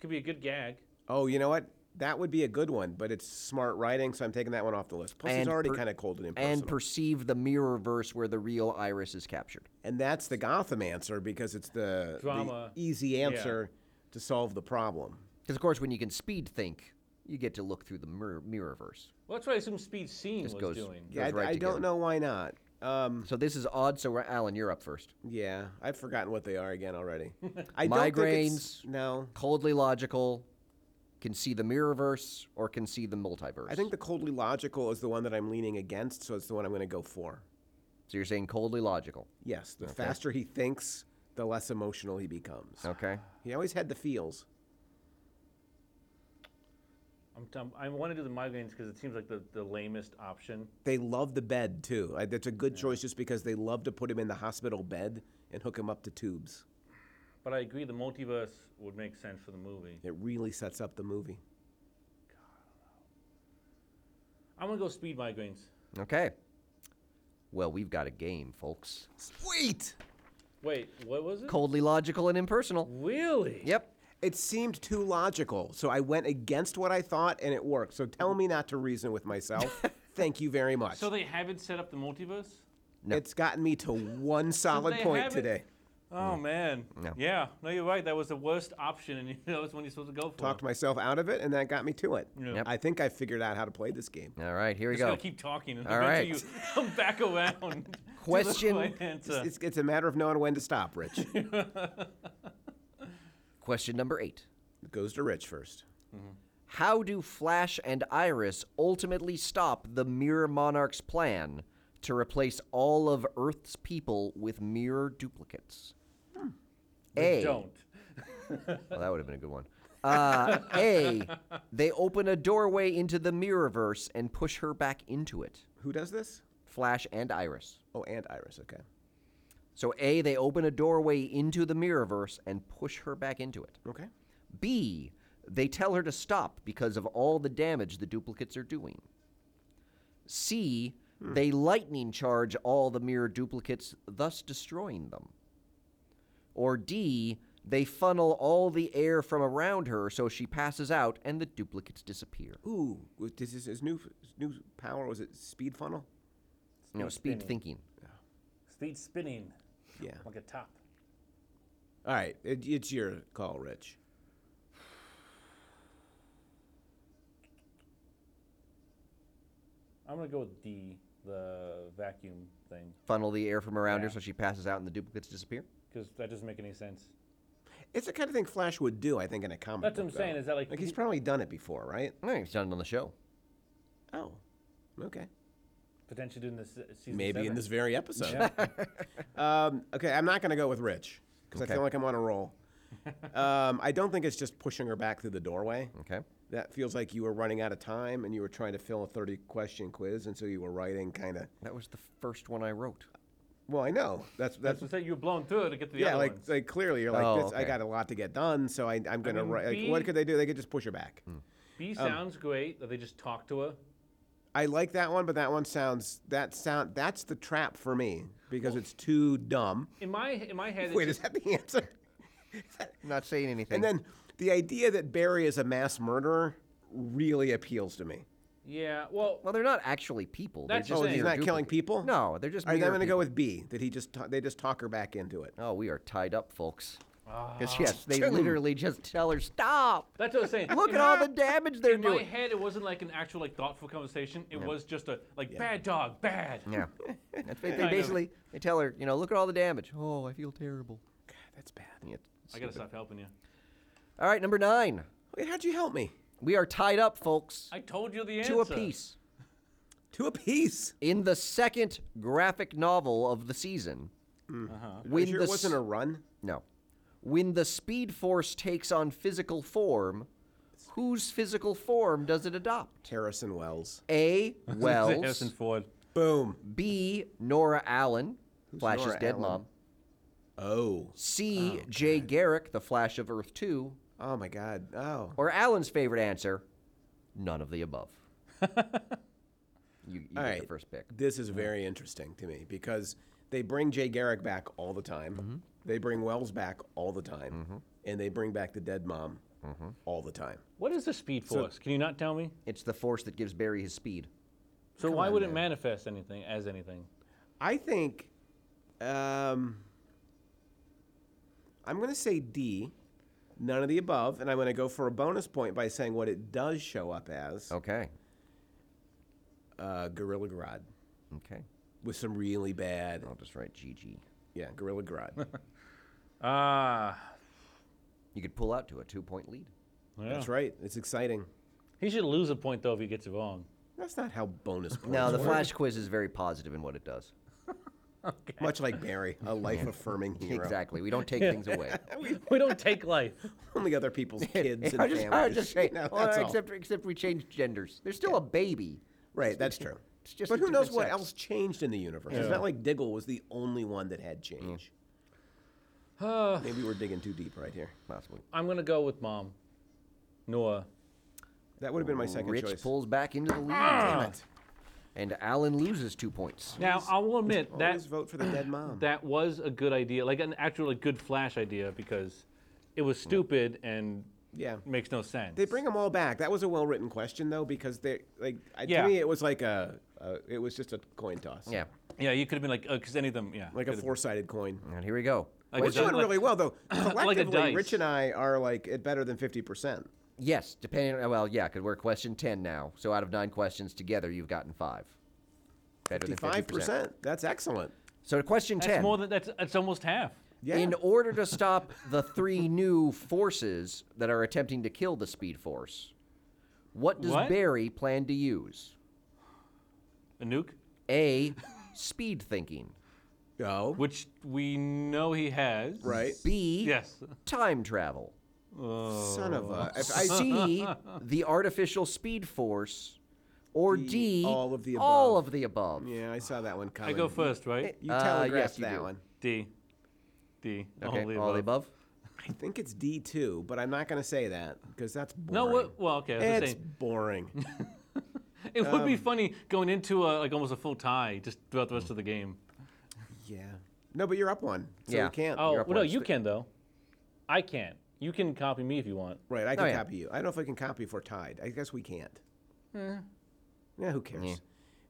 Speaker 3: Could be a good gag.
Speaker 2: Oh, you know what? That would be a good one, but it's smart writing, so I'm taking that one off the list. Plus, he's
Speaker 1: And
Speaker 2: already
Speaker 1: per-
Speaker 2: kind of cold and impersonal.
Speaker 1: and perceive the mirror verse where the real iris is captured.
Speaker 2: and that's the Gotham answer because it's the, the
Speaker 3: Drama.
Speaker 2: easy answer to solve the problem.
Speaker 1: Because of course, when you can speed think, you get to look through the mirror mirror verse.
Speaker 3: Well, that's what I assume Speed Scene was
Speaker 1: Just goes.
Speaker 3: doing.
Speaker 2: Yeah, I,
Speaker 1: goes right
Speaker 2: I
Speaker 1: together.
Speaker 2: don't know why not. Um,
Speaker 1: So this is odd. So Alan, you're up first.
Speaker 2: Yeah, I've forgotten what they are again already. I
Speaker 1: Migraines.
Speaker 2: Don't think it's, no,
Speaker 1: Coldly logical, can see the mirror verse or can see the multiverse.
Speaker 2: I think the coldly logical is the one that I'm leaning against, so it's the one I'm going to go for.
Speaker 1: so. You're saying coldly logical.
Speaker 2: Yes, the faster he thinks, the less emotional he becomes.
Speaker 1: Okay.
Speaker 2: He always had the feels.
Speaker 3: I'm, t- I want to do the migraines because it seems like the, the lamest option.
Speaker 2: They love the bed too. I, that's a good choice, just because they love to put him in the hospital bed and hook him up to tubes.
Speaker 3: But I agree, the multiverse would make sense for the movie.
Speaker 2: It really sets up the movie.
Speaker 3: I'm gonna go speed migraines.
Speaker 1: Okay. Well, we've got a game, folks.
Speaker 2: Sweet.
Speaker 3: Wait, what was it?
Speaker 1: Coldly logical and impersonal.
Speaker 3: Really?
Speaker 1: Yep.
Speaker 2: It seemed too logical, so I went against what I thought, and it worked. So tell me not to reason with myself. Thank you very much.
Speaker 3: So they haven't set up the multiverse?
Speaker 2: It's gotten me to one solid
Speaker 3: they
Speaker 2: point
Speaker 3: haven't-
Speaker 2: today.
Speaker 3: Oh man. Yeah. No, you're right. That was the worst option, and that was when you're supposed to go for.
Speaker 2: Talked myself out of it, and that got me to it.
Speaker 3: Yeah. Yep.
Speaker 2: I think I figured out how to play this game.
Speaker 1: All right. Here we
Speaker 3: Just gotta
Speaker 1: go.
Speaker 3: keep talking, and
Speaker 1: All
Speaker 3: eventually
Speaker 1: right.
Speaker 3: you come back around. to the
Speaker 1: Question-
Speaker 3: right answer.
Speaker 2: It's, it's a matter of knowing when to stop, Rich. it
Speaker 1: Question number eight.
Speaker 2: goes to Rich first.
Speaker 1: How do Flash and Iris ultimately stop the Mirror Monarch's plan to replace all of Earth's people with mirror duplicates? A.
Speaker 3: Hmm. Don't.
Speaker 1: Well, that would have been a good one. Uh, A. They open a doorway into the Mirrorverse and push her back into it.
Speaker 2: Who does this?
Speaker 1: Flash and Iris.
Speaker 2: Oh, and Iris. Okay.
Speaker 1: So, A. They open a doorway into the Mirrorverse and push her back into it.
Speaker 2: Okay.
Speaker 1: B, they tell her to stop because of all the damage the duplicates are doing. C, they lightning charge all the mirror duplicates, thus destroying them. Or D, they funnel all the air from around her so she passes out and the duplicates disappear.
Speaker 2: Ooh, with- this is his new his new power. Was it speed funnel?
Speaker 1: No, speed thinking.
Speaker 3: Speed spinning,
Speaker 2: Yeah.
Speaker 3: like a top.
Speaker 2: All right. It, it's your call, Rich.
Speaker 3: I'm gonna go with D, the vacuum thing,
Speaker 1: Funnel the air from around her
Speaker 3: Yeah.
Speaker 1: so she passes out and the duplicates disappear.
Speaker 3: because that doesn't make any sense.
Speaker 2: It's the kind of thing Flash would do, I think, in a comic.
Speaker 3: That's what
Speaker 2: book,
Speaker 3: I'm saying,
Speaker 2: though.
Speaker 3: is that, like,
Speaker 2: like he's
Speaker 3: he-
Speaker 2: probably done it before, right?
Speaker 1: I think it's done on the show.
Speaker 2: Oh. Okay.
Speaker 3: Potentially doing this se- season.
Speaker 2: Maybe in
Speaker 3: seven.
Speaker 2: this very episode.
Speaker 3: Yeah.
Speaker 2: Um, okay, I'm not going to go with Rich because
Speaker 1: Okay.
Speaker 2: I feel like I'm on a roll. um, I don't think it's just pushing her back through the doorway.
Speaker 1: Okay.
Speaker 2: That feels like you were running out of time and you were trying to fill a 30 question quiz, and so you were writing kind of.
Speaker 1: That was the first one I wrote.
Speaker 2: Well, I know that's
Speaker 3: That's
Speaker 2: that's,
Speaker 3: what I'm saying. You're blown through it to get to the
Speaker 2: yeah,
Speaker 3: other
Speaker 2: like
Speaker 3: ones.
Speaker 2: like clearly you're like
Speaker 1: Oh,
Speaker 2: this, I
Speaker 1: okay.
Speaker 2: got a lot to get done, so I, I'm going to
Speaker 3: mean,
Speaker 2: write. Like, what
Speaker 3: B-
Speaker 2: could they do? They could just push her back.
Speaker 1: Hmm. Um,
Speaker 3: B sounds great. That they just talk to her.
Speaker 2: I like that one, but that one sounds that sound that's the trap for me because it's too dumb.
Speaker 3: In my in my head, it's
Speaker 2: Wait,
Speaker 3: just-
Speaker 2: is that the answer?
Speaker 1: I'm not saying anything.
Speaker 2: And then the idea that Barry is a mass murderer really appeals to me.
Speaker 3: yeah. Well,
Speaker 1: well, they're not actually people.
Speaker 3: That's
Speaker 1: they're just
Speaker 3: the
Speaker 2: Oh,
Speaker 3: thing.
Speaker 2: he's
Speaker 1: mirror
Speaker 2: not killing
Speaker 1: duplicates.
Speaker 2: people.
Speaker 1: No, they're just.
Speaker 2: All right,
Speaker 1: mirror
Speaker 2: I'm going to go
Speaker 1: people.
Speaker 2: with B. That he just ta- they just talk her back into it.
Speaker 1: Oh, we are tied up, folks.
Speaker 3: Ah.
Speaker 1: Because yes, they literally just tell her stop.
Speaker 3: that's what I'm saying.
Speaker 1: Look
Speaker 3: In
Speaker 1: at all
Speaker 3: my-
Speaker 1: the damage they're
Speaker 3: in my
Speaker 1: doing.
Speaker 3: head, it wasn't like an actual like thoughtful conversation. It was just a like bad dog, bad.
Speaker 1: Yeah, That's ba-
Speaker 3: Kind
Speaker 1: they
Speaker 3: of.
Speaker 1: basically they tell her, you know, look at all the damage. Oh, I feel terrible.
Speaker 2: God, that's bad.
Speaker 1: Yeah,
Speaker 3: I gotta stop helping you.
Speaker 1: All right, number nine.
Speaker 2: Wait, how'd you help me?
Speaker 1: We are tied up, folks,
Speaker 3: I told you the answer.
Speaker 1: two apiece.
Speaker 2: Two apiece.
Speaker 1: In the second graphic novel of the season,
Speaker 2: Are you
Speaker 1: when
Speaker 2: sure
Speaker 1: the
Speaker 2: it wasn't
Speaker 1: s-
Speaker 2: a run?
Speaker 1: No. When the Speed Force takes on physical form, whose physical form does it adopt?
Speaker 2: Harrison Wells.
Speaker 1: A.
Speaker 3: Harrison
Speaker 1: Wells.
Speaker 3: Ford.
Speaker 2: Boom.
Speaker 1: B. Nora Allen, Flash's
Speaker 2: Nora
Speaker 1: dead
Speaker 2: Allen?
Speaker 1: mom.
Speaker 2: Oh.
Speaker 1: C. Jay Garrick, the Flash of Earth 2.
Speaker 2: Oh my God. Oh.
Speaker 1: Or Allen's favorite answer, none of the above. you you get
Speaker 2: All
Speaker 1: the
Speaker 2: right.
Speaker 1: first pick.
Speaker 2: This is very interesting to me because they bring Jay Garrick back all the time.
Speaker 1: Mm-hmm.
Speaker 2: They bring Wells back all the time. And they bring back the dead mom
Speaker 1: Mm-hmm.
Speaker 2: all the time.
Speaker 3: What is the speed force? Can you not tell me?
Speaker 1: It's the force that gives Barry his speed.
Speaker 3: So why would it manifest anything as anything?
Speaker 2: I think um, I'm going to say D, none of the above. And I'm going to go for a bonus point by saying what it does show up as
Speaker 1: Okay.
Speaker 2: uh, Gorilla Grodd
Speaker 1: Okay.
Speaker 2: with some really bad.
Speaker 1: I'll just write GG.
Speaker 2: Yeah, Gorilla Grodd.
Speaker 3: Ah,
Speaker 1: You could pull out to a two point lead.
Speaker 2: That's right. It's exciting.
Speaker 3: he should lose a point though if he gets it wrong.
Speaker 2: That's not how bonus points
Speaker 1: No, the
Speaker 2: work.
Speaker 1: flash quiz is very positive in what it does.
Speaker 2: Much like Barry, a life affirming hero.
Speaker 1: Exactly. We don't take things away.
Speaker 3: We don't take life.
Speaker 2: Only other people's kids and
Speaker 1: I just, I
Speaker 2: families.
Speaker 1: just say,
Speaker 2: No,
Speaker 1: well,
Speaker 2: that's all.
Speaker 1: except except we changed genders. There's still a baby.
Speaker 2: right, that's true.
Speaker 1: It's just
Speaker 2: but
Speaker 1: a
Speaker 2: who knows
Speaker 1: different
Speaker 2: what
Speaker 1: sex.
Speaker 2: else changed in the universe? It's not like Diggle was the only one that had change.
Speaker 3: Ah,
Speaker 2: Maybe we're digging too deep right here.
Speaker 1: Possibly.
Speaker 3: I'm gonna go with mom. Noah.
Speaker 2: That would have been my second
Speaker 1: Rich
Speaker 2: choice.
Speaker 1: pulls back into the
Speaker 2: Damn
Speaker 1: lead,
Speaker 2: it.
Speaker 1: and Alan loses two points.
Speaker 3: Now I will admit that
Speaker 2: Always vote for the dead mom.
Speaker 3: that was a good idea, like an actual like, good flash idea because it was stupid and
Speaker 2: yeah.
Speaker 3: makes no sense.
Speaker 2: They bring them all back. That was a well written question though, because they like I
Speaker 3: Yeah.
Speaker 2: to me it was like a, a it was just a coin toss.
Speaker 1: Yeah.
Speaker 3: Yeah, you could have been like, because any of them, yeah.
Speaker 2: Like a
Speaker 3: could've-
Speaker 2: four sided coin.
Speaker 1: And here we go.
Speaker 3: Like
Speaker 2: We're
Speaker 3: a di-
Speaker 2: doing
Speaker 3: like-
Speaker 2: really well though. Collectively,
Speaker 3: dice.
Speaker 2: Rich and I are like at better than fifty percent.
Speaker 1: Yes, depending. Well, yeah, because we're question ten now. So out of nine questions together, you've gotten five. Better than
Speaker 2: Fifty-five percent. That's excellent.
Speaker 1: So to question
Speaker 3: That's
Speaker 1: ten.
Speaker 3: more than that's. That's almost half.
Speaker 2: Yeah.
Speaker 1: In order to stop the three new forces that are attempting to kill the Speed Force, what does
Speaker 3: What?
Speaker 1: Barry plan to use?
Speaker 3: A nuke,
Speaker 1: A. Speed thinking.
Speaker 2: no.
Speaker 3: which we know he has.
Speaker 2: Right.
Speaker 1: B.
Speaker 3: Yes.
Speaker 1: Time travel.
Speaker 2: Son of a. If I
Speaker 1: C. The artificial speed force. Or D.
Speaker 2: all of the
Speaker 1: All
Speaker 2: above.
Speaker 1: of the above.
Speaker 2: yeah, I saw that one
Speaker 3: I
Speaker 2: coming.
Speaker 3: go first, right?
Speaker 2: You
Speaker 1: Uh,
Speaker 2: telegraphed
Speaker 1: yes, you
Speaker 2: that
Speaker 1: do.
Speaker 2: one.
Speaker 3: D. D.
Speaker 1: Okay.
Speaker 3: All the
Speaker 1: all the
Speaker 3: above.
Speaker 1: above.
Speaker 2: I think it's D two, but I'm not going to say that because that's boring.
Speaker 3: No, what, well, okay. I was
Speaker 2: it's
Speaker 3: just saying,
Speaker 2: boring.
Speaker 3: it would be funny going into a, like almost a full tie just throughout the rest of the game.
Speaker 2: yeah. No, but you're up one, so
Speaker 1: Yeah.
Speaker 2: you can't.
Speaker 3: Oh,
Speaker 1: You're
Speaker 3: well,
Speaker 1: up
Speaker 3: no,
Speaker 1: first.
Speaker 3: you can though. I can't. You can copy me if you want.
Speaker 2: Right, I can
Speaker 1: Oh, yeah.
Speaker 2: copy you. I don't know if I can copy if we're tied. I guess we can't.
Speaker 1: Hmm.
Speaker 2: Yeah. who cares?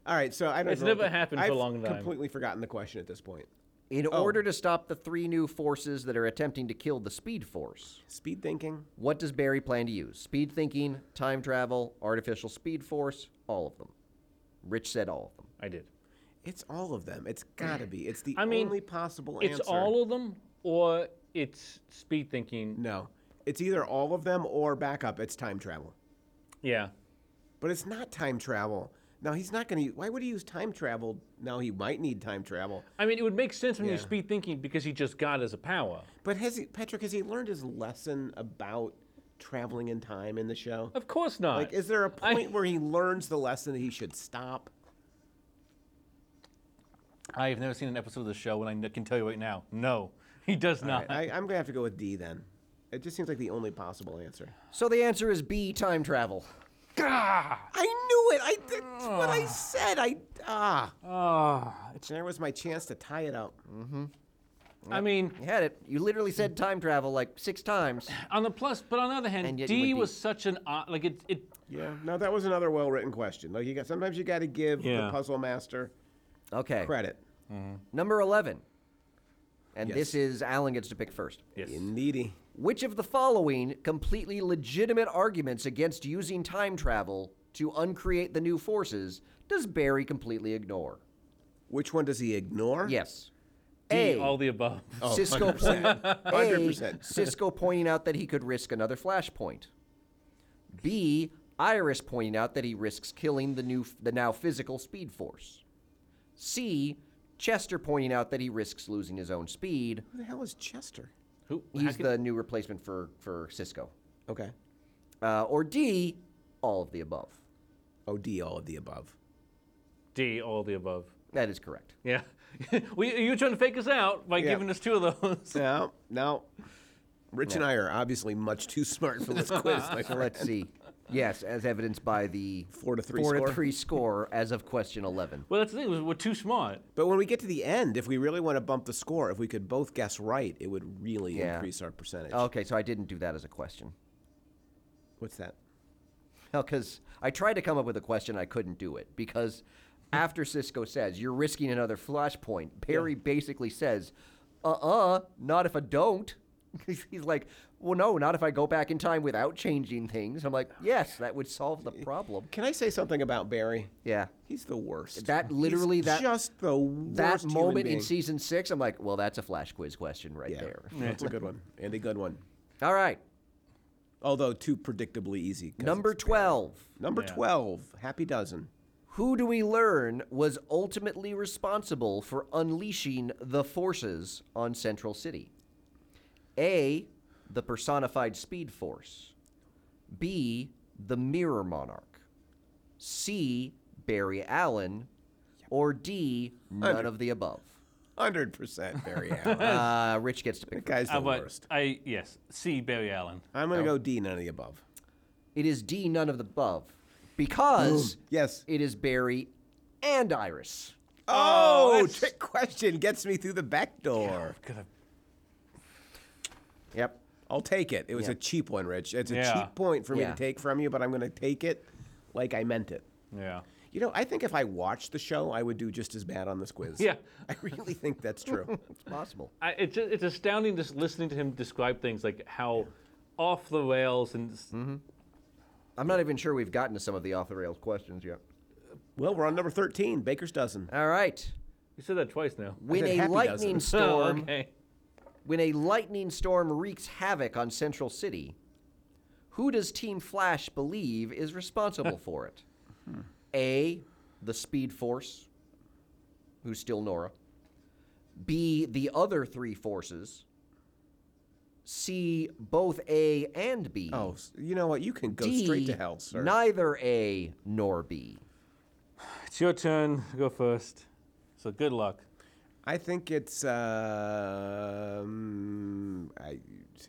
Speaker 2: All right, so I don't.
Speaker 3: It's
Speaker 2: know what
Speaker 3: never
Speaker 2: the-
Speaker 3: happened for a
Speaker 2: I've
Speaker 3: long time.
Speaker 2: Completely forgotten the question at this point.
Speaker 1: In
Speaker 2: Oh.
Speaker 1: order to stop the three new forces that are attempting to kill the speed force,
Speaker 2: Speed thinking.
Speaker 1: what does Barry plan to use? Speed thinking, time travel, artificial speed force, all of them. Rich said all of them.
Speaker 3: I did.
Speaker 2: It's all of them. It's gotta be. It's the
Speaker 3: I mean,
Speaker 2: only possible
Speaker 3: It's
Speaker 2: answer.
Speaker 3: all of them, or it's speed thinking.
Speaker 2: No, it's either all of them or backup. It's time travel.
Speaker 3: Yeah.
Speaker 2: But it's not time travel. Now he's not going to. Why would he use time travel? Now he might need time travel.
Speaker 3: I mean, it would make sense when you're
Speaker 2: Yeah.
Speaker 3: speed thinking because he just got as a power.
Speaker 2: But has he, Patrick? Has he learned his lesson about traveling in time in the show?
Speaker 3: Of course not.
Speaker 2: Like, is there a
Speaker 3: I-
Speaker 2: point where he learns the lesson that he should stop?
Speaker 3: I have never seen an episode of the show, and I kn- can tell you right now, no, he does not.
Speaker 2: I, I'm going to have to go with D then. It just seems like the only possible answer.
Speaker 1: So the answer is B, time travel.
Speaker 3: Gah!
Speaker 2: I knew it. I did what I said. I ah.
Speaker 3: Ah, it's-
Speaker 2: There was my chance to tie it up.
Speaker 3: I mean,
Speaker 1: You had it. You literally said time travel like six times.
Speaker 3: on the plus, but on the other hand,
Speaker 1: And yet you
Speaker 3: D
Speaker 1: went
Speaker 3: was such an odd, like it. it
Speaker 2: Yeah. No, that was another well-written question. Like you got. Sometimes you got to give
Speaker 3: Yeah.
Speaker 2: the puzzle master
Speaker 1: Okay.
Speaker 2: credit.
Speaker 1: Number 11. And
Speaker 2: Yes.
Speaker 1: this is Alan gets to pick first.
Speaker 3: yes.
Speaker 2: Indeedy.
Speaker 1: Which of the following completely legitimate arguments against using time travel to uncreate the new forces does Barry completely ignore?
Speaker 2: Which one does he ignore?
Speaker 1: Yes.
Speaker 3: D,
Speaker 1: A.
Speaker 3: all oh, the above.
Speaker 2: Oh,
Speaker 1: Cisco, point, A,
Speaker 2: 100%.
Speaker 1: Cisco pointing out that he could risk another flashpoint. B. Iris pointing out that he risks killing the new, the now physical Speed Force. C. Chester pointing out that he risks losing his own speed.
Speaker 2: Who the hell is Chester?
Speaker 3: Who? how
Speaker 1: He's
Speaker 3: could-
Speaker 1: the new replacement for for Cisco.
Speaker 2: Okay.
Speaker 1: Uh, or D. All of the above.
Speaker 2: OD, Oh, all of the above.
Speaker 3: D. All the above.
Speaker 1: That is correct.
Speaker 3: Yeah. we, you were trying to fake us out by
Speaker 2: Yeah.
Speaker 3: giving us two of those.
Speaker 2: No, no. Rich and I are obviously much too smart for this quiz. my
Speaker 1: So
Speaker 2: friend.
Speaker 1: let's see. Yes, as evidenced by the
Speaker 2: Four to three
Speaker 1: four
Speaker 2: score.
Speaker 1: to three score as of question eleven.
Speaker 3: Well, that's the thing. was We're too smart.
Speaker 2: But when we get to the end, if we really want to bump the score, if we could both guess right, it would really
Speaker 1: Yeah.
Speaker 2: increase our percentage.
Speaker 1: Okay, so I didn't do that as a question.
Speaker 2: What's that?
Speaker 1: because I tried to come up with a question, I couldn't do it because after Cisco says you're risking another flashpoint, Barry basically says, "Uh-uh, not if I don't." He's like, "Well, no, not if I go back in time without changing things." I'm like, "Yes, that would solve the problem."
Speaker 2: Can I say something about Barry?
Speaker 1: Yeah,
Speaker 2: He's the worst.
Speaker 1: That
Speaker 2: He's
Speaker 1: literally- that-
Speaker 2: just the worst
Speaker 1: that
Speaker 2: human
Speaker 1: moment
Speaker 2: being.
Speaker 1: in season six, I'm like, "Well, that's a flash quiz question right
Speaker 2: yeah,
Speaker 1: there."
Speaker 2: That's a good one and a good one.
Speaker 1: All right,
Speaker 2: Although too predictably easy. 'cause
Speaker 1: number
Speaker 2: it's-
Speaker 1: twelve.
Speaker 2: Number
Speaker 3: Yeah.
Speaker 2: twelve. Happy dozen.
Speaker 1: Who do we learn was ultimately responsible for unleashing the forces on Central City? A. The personified Speed Force. B. The Mirror Monarch. C. Barry Allen. Or D. None of the above.
Speaker 2: Hundred percent Barry Allen.
Speaker 1: Uh, Rich gets to
Speaker 2: that
Speaker 1: pick.
Speaker 2: guy's the
Speaker 3: Uh, but
Speaker 2: worst.
Speaker 3: I yes. C. Barry Allen.
Speaker 2: I'm gonna go D. None of the above.
Speaker 1: It is D. None of the above because
Speaker 2: Yes.
Speaker 1: it is Barry and Iris.
Speaker 2: Oh,
Speaker 3: that's-
Speaker 2: trick question gets me through the back door.
Speaker 3: Could have-
Speaker 1: Yep.
Speaker 2: I'll take it. It was
Speaker 1: Yeah.
Speaker 2: a cheap one, Rich. It's a
Speaker 3: Yeah.
Speaker 2: cheap point for me
Speaker 1: Yeah.
Speaker 2: to take from you, but I'm going to take it like I meant it.
Speaker 3: Yeah.
Speaker 2: You know, I think if I watched the show, I would do just as bad on this quiz.
Speaker 3: Yeah.
Speaker 2: I really think that's true.
Speaker 1: It's possible.
Speaker 3: I, it's it's astounding just listening to him describe things like how off the rails and s-
Speaker 1: I'm not even sure we've gotten to some of the off the rails questions yet.
Speaker 2: well, we're on number 13, Baker's Dozen.
Speaker 1: All right.
Speaker 3: you said that twice now.
Speaker 1: When
Speaker 2: said
Speaker 1: a
Speaker 2: happy
Speaker 1: lightning
Speaker 2: dozen.
Speaker 3: Oh,
Speaker 1: storm,
Speaker 3: okay.
Speaker 1: when a lightning storm wreaks havoc on Central City, who does Team Flash believe is responsible for it? A, the Speed Force, who's still Nora. B, the other three forces. C, both A and B.
Speaker 2: Oh, s- you know what? You can go
Speaker 1: D,
Speaker 2: straight to hell, sir.
Speaker 1: Neither A nor B.
Speaker 3: It's your turn. Go first. So good luck.
Speaker 2: I think it's, uh, um, I,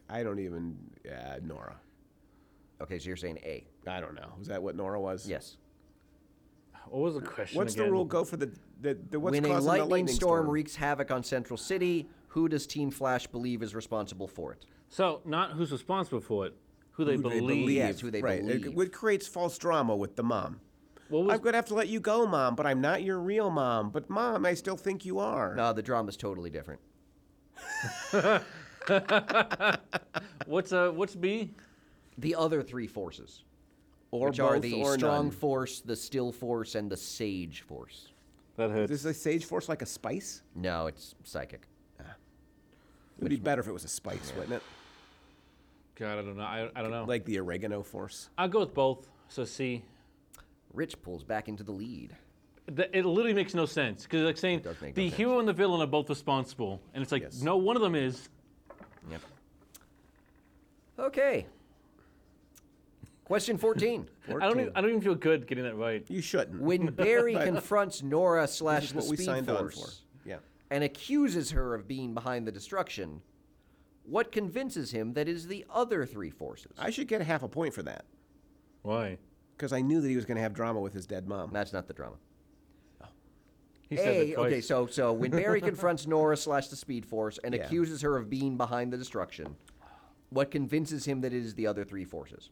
Speaker 2: I don't even, uh, Nora.
Speaker 1: Okay, so you're saying A.
Speaker 2: I don't know. Was that what Nora was?
Speaker 1: Yes.
Speaker 3: What was the question?
Speaker 2: What's the
Speaker 3: again?
Speaker 2: rule go for the, the, the what's
Speaker 1: when a
Speaker 2: causing
Speaker 1: lightning,
Speaker 2: the lightning
Speaker 1: storm,
Speaker 2: storm?
Speaker 1: wreaks havoc on Central City, who does Team Flash believe is responsible for it?
Speaker 3: So not who's responsible for it, who they,
Speaker 2: who
Speaker 3: believe.
Speaker 1: Yes, who they
Speaker 2: right. It-
Speaker 1: believe.
Speaker 2: It, creates false drama with the mom.
Speaker 3: What was-
Speaker 2: I'm gonna have to let you go, mom, but I'm not your real mom. But mom, I still think you are.
Speaker 1: No, the drama's totally different.
Speaker 3: What's uh what's B?
Speaker 1: The other three forces,
Speaker 2: or
Speaker 1: which are
Speaker 2: both
Speaker 1: the
Speaker 2: or
Speaker 1: strong
Speaker 2: none.
Speaker 1: force, the still force, and the sage force.
Speaker 3: That hurts.
Speaker 2: Is a sage force like a spice?
Speaker 1: No, it's psychic.
Speaker 2: It'd be better if it was a spice, wouldn't it?
Speaker 3: God, I don't know. I, I don't know.
Speaker 2: Like the oregano force.
Speaker 3: I'll go with both. So C.
Speaker 1: Rich pulls back into the lead.
Speaker 3: Th- It literally makes no sense because like saying
Speaker 1: does make no
Speaker 3: the
Speaker 1: sense.
Speaker 3: hero and the villain are both responsible, and it's like
Speaker 2: Yes.
Speaker 3: no one of them is.
Speaker 1: Yep. Okay. Question 14.
Speaker 3: I don't.
Speaker 2: 14.
Speaker 3: Even, I don't even feel good getting that right.
Speaker 2: You shouldn't.
Speaker 1: When Barry
Speaker 2: But
Speaker 1: confronts Nora slash
Speaker 2: That's
Speaker 1: the
Speaker 2: what we
Speaker 1: Speed
Speaker 2: signed
Speaker 1: Force,
Speaker 2: on for. Yeah.
Speaker 1: and accuses her of being behind the destruction, what convinces him that it is the other three forces?
Speaker 2: I should get half a point for that
Speaker 3: Why?
Speaker 2: because I knew that he was gonna have drama with his dead mom.
Speaker 1: That's not the drama.
Speaker 3: He said it
Speaker 1: A,
Speaker 3: twice.
Speaker 1: okay, so so when Barry confronts Nora slash the Speed Force and
Speaker 2: Yeah.
Speaker 1: accuses her of being behind the destruction, what convinces him that it is the other three forces?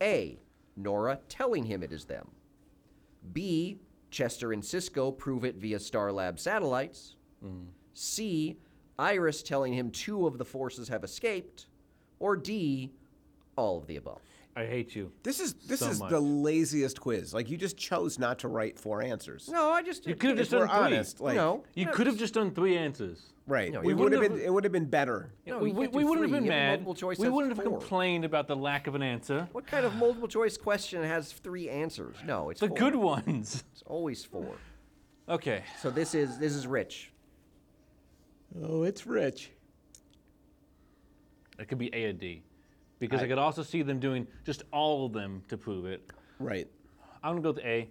Speaker 1: A, Nora telling him it is them. B, Chester and Cisco prove it via Starlab satellites.
Speaker 3: Mm.
Speaker 1: C, Iris telling him two of the forces have escaped. Or D, all of the above.
Speaker 3: I hate you.
Speaker 2: This is this
Speaker 3: So
Speaker 2: is
Speaker 3: much.
Speaker 2: the laziest quiz. Like you just chose not to write four answers.
Speaker 1: No, I just
Speaker 3: You could have
Speaker 2: if
Speaker 3: just
Speaker 2: we're
Speaker 3: done three.
Speaker 2: honest, like
Speaker 1: no.
Speaker 3: you could have just done three answers.
Speaker 2: right,
Speaker 1: No,
Speaker 2: we
Speaker 1: you
Speaker 2: would have
Speaker 3: wouldn't
Speaker 2: been
Speaker 3: have-
Speaker 2: it would have been better.
Speaker 1: No,
Speaker 3: we
Speaker 1: you
Speaker 3: we,
Speaker 1: can't do
Speaker 3: we wouldn't
Speaker 1: three.
Speaker 3: have been
Speaker 1: You have a
Speaker 3: mad.
Speaker 1: multiple choice
Speaker 3: we
Speaker 1: has
Speaker 3: wouldn't have
Speaker 1: four.
Speaker 3: complained about the lack of an answer.
Speaker 1: What kind of multiple choice question has three answers? No, it's
Speaker 3: The
Speaker 1: four.
Speaker 3: good ones.
Speaker 1: It's always four.
Speaker 3: Okay.
Speaker 1: So this is this is rich.
Speaker 2: Oh, it's rich.
Speaker 3: It could be A or D. Because I,
Speaker 2: I-
Speaker 3: could also see them doing just all of them to prove it.
Speaker 2: Right.
Speaker 3: I'm going to go with A.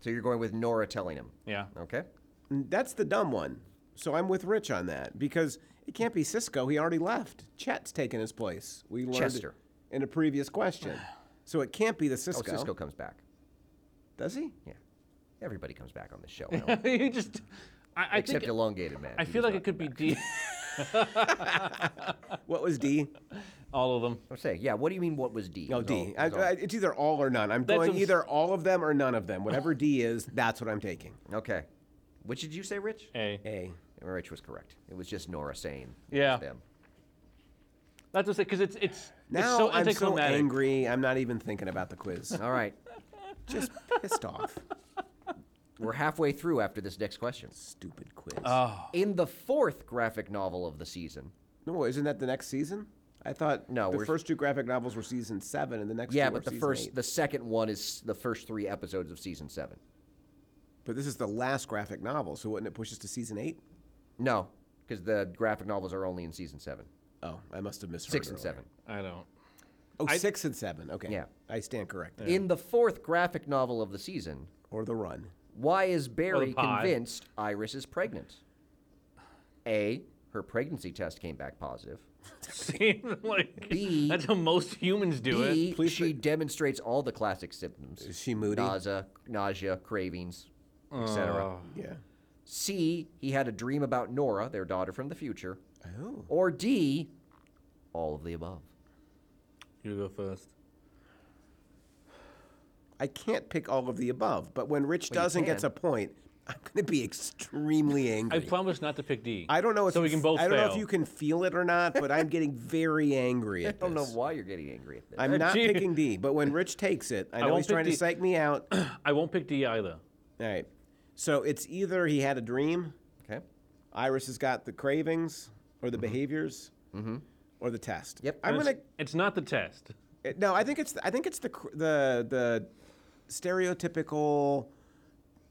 Speaker 1: So you're going with Nora telling him.
Speaker 3: Yeah.
Speaker 1: Okay.
Speaker 2: And That's the dumb one. So I'm with Rich on that because it can't be Cisco. He already left. Chet's taken his place. We learned
Speaker 1: Chester.
Speaker 2: in a previous question. So it can't be the
Speaker 1: Oh,
Speaker 2: Cisco.
Speaker 1: Cisco comes back.
Speaker 2: Does he?
Speaker 1: Yeah. Everybody comes back on this show. Alan.
Speaker 3: you just. I, I
Speaker 1: Except
Speaker 3: think.
Speaker 1: elongated man.
Speaker 3: I
Speaker 1: He
Speaker 3: feel
Speaker 1: does
Speaker 3: like it
Speaker 1: not.
Speaker 3: could be D.
Speaker 2: What was D?
Speaker 3: all of them.
Speaker 1: I'm saying, yeah. What do you mean? What was D? It
Speaker 2: No,
Speaker 1: was
Speaker 2: D.
Speaker 1: all-
Speaker 2: I,
Speaker 1: it was
Speaker 2: I, it's either all or none. I'm
Speaker 3: That's
Speaker 2: going
Speaker 3: what I'm s-
Speaker 2: either all of them or none of them. Whatever D is, that's what I'm taking.
Speaker 1: all- okay. Which did you say, Rich?
Speaker 3: A.
Speaker 2: A.
Speaker 1: Rich was correct. It was just Nora saying. it was
Speaker 3: Yeah.
Speaker 1: Them.
Speaker 3: That's what I'm saying. Because it's, it's,
Speaker 2: Now
Speaker 3: it's so
Speaker 2: I'm so
Speaker 3: anticlimactic.
Speaker 2: angry. I'm not even thinking about the quiz.
Speaker 1: All right.
Speaker 2: Just pissed off.
Speaker 1: We're halfway through after this next question.
Speaker 2: Stupid quiz.
Speaker 1: Uh,
Speaker 3: Oh.
Speaker 1: In the fourth graphic novel of the season.
Speaker 2: no, isn't that the next season? I thought
Speaker 1: No,
Speaker 2: the
Speaker 1: we're-
Speaker 2: first two graphic novels were season seven, and the next
Speaker 1: Yeah,
Speaker 2: two were
Speaker 1: but the
Speaker 2: season
Speaker 1: first,
Speaker 2: eight.
Speaker 1: the second one is the first three episodes of season seven.
Speaker 2: But this is the last graphic novel, so wouldn't it push us to season eight?
Speaker 1: No, because the graphic novels are only in season seven,
Speaker 2: Oh, I must have misheard.
Speaker 1: six and
Speaker 2: earlier.
Speaker 1: seven.
Speaker 3: I don't.
Speaker 2: Oh,
Speaker 3: I-
Speaker 2: six and seven. Okay.
Speaker 1: Yeah.
Speaker 2: I stand corrected.
Speaker 1: In the fourth graphic novel of the season,
Speaker 2: Or the run.
Speaker 1: why is Barry
Speaker 3: pod.
Speaker 1: convinced Iris is pregnant? A. Her pregnancy test came back positive.
Speaker 3: Seems like
Speaker 1: B-
Speaker 3: that's how most humans do it.
Speaker 1: B.
Speaker 2: Please
Speaker 1: she demonstrates all the classic symptoms:
Speaker 2: Is she moody?
Speaker 1: nausea, nausea, cravings,
Speaker 3: Ah.
Speaker 1: etc.
Speaker 2: Yeah.
Speaker 1: C. He had a dream about Nora, their daughter from the future.
Speaker 2: Oh.
Speaker 1: Or D. All of the above.
Speaker 3: You go first.
Speaker 2: I can't pick all of the above, but when Rich
Speaker 1: Well, you
Speaker 2: does and gets
Speaker 1: can.
Speaker 2: a point, I'm going to be extremely
Speaker 3: I
Speaker 2: angry.
Speaker 3: promise not to pick D.
Speaker 2: I don't know if
Speaker 3: so
Speaker 2: you
Speaker 3: we can
Speaker 2: f-
Speaker 3: both
Speaker 2: I don't
Speaker 3: fail.
Speaker 2: know if you can feel it or not, but I'm getting very angry at
Speaker 1: I don't know
Speaker 2: this.
Speaker 1: why you're getting angry at this.
Speaker 2: I'm not
Speaker 3: Gee.
Speaker 2: picking D, but when Rich takes it, I know
Speaker 3: won't
Speaker 2: he's
Speaker 3: pick
Speaker 2: trying
Speaker 3: D.
Speaker 2: to psych me out. all
Speaker 3: I won't pick D either.
Speaker 2: right. So it's either he had a dream
Speaker 1: okay.
Speaker 2: Iris has got the cravings or
Speaker 3: Mm-hmm.
Speaker 2: the behaviors or the test.
Speaker 1: Yep.
Speaker 2: I'm
Speaker 3: It's-
Speaker 2: gonna.
Speaker 3: It's not the test.
Speaker 2: it- No, I think it's. I think it's the cr- the the stereotypical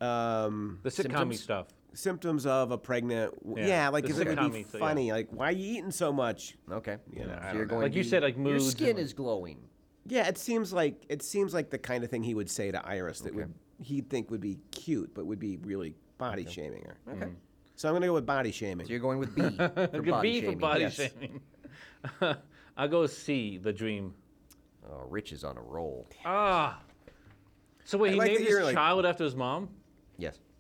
Speaker 2: um,
Speaker 3: The sitcom
Speaker 1: Symptoms?
Speaker 3: stuff.
Speaker 2: symptoms of a pregnant. w-
Speaker 3: Yeah,
Speaker 2: Yeah, like
Speaker 3: the
Speaker 2: is it gonna be
Speaker 3: sitcom-y thing, yeah.
Speaker 2: funny? Like why are you eating so much?
Speaker 1: Okay.
Speaker 2: You know,
Speaker 1: So
Speaker 2: I don't
Speaker 1: you're
Speaker 2: know.
Speaker 1: going
Speaker 3: Like you
Speaker 1: to-
Speaker 3: said, like
Speaker 1: Your
Speaker 3: moods and
Speaker 1: skin
Speaker 3: like-
Speaker 1: is glowing.
Speaker 2: Yeah, it seems like it seems like the kind of thing he would say to Iris that would he'd think would be cute, but would be really body shaming her.
Speaker 1: Okay.
Speaker 2: So I'm gonna go with body shaming.
Speaker 1: So you're going with B. For
Speaker 3: It could
Speaker 1: body
Speaker 3: be for
Speaker 1: shaming.
Speaker 3: body
Speaker 2: yes.
Speaker 3: shaming. I go with C, the dream.
Speaker 1: Oh, Rich is on a roll.
Speaker 3: Ah. So wait,
Speaker 2: I
Speaker 3: he
Speaker 2: like that
Speaker 3: named
Speaker 2: you're
Speaker 3: his
Speaker 2: like-
Speaker 3: child after his mom.
Speaker 1: Yes.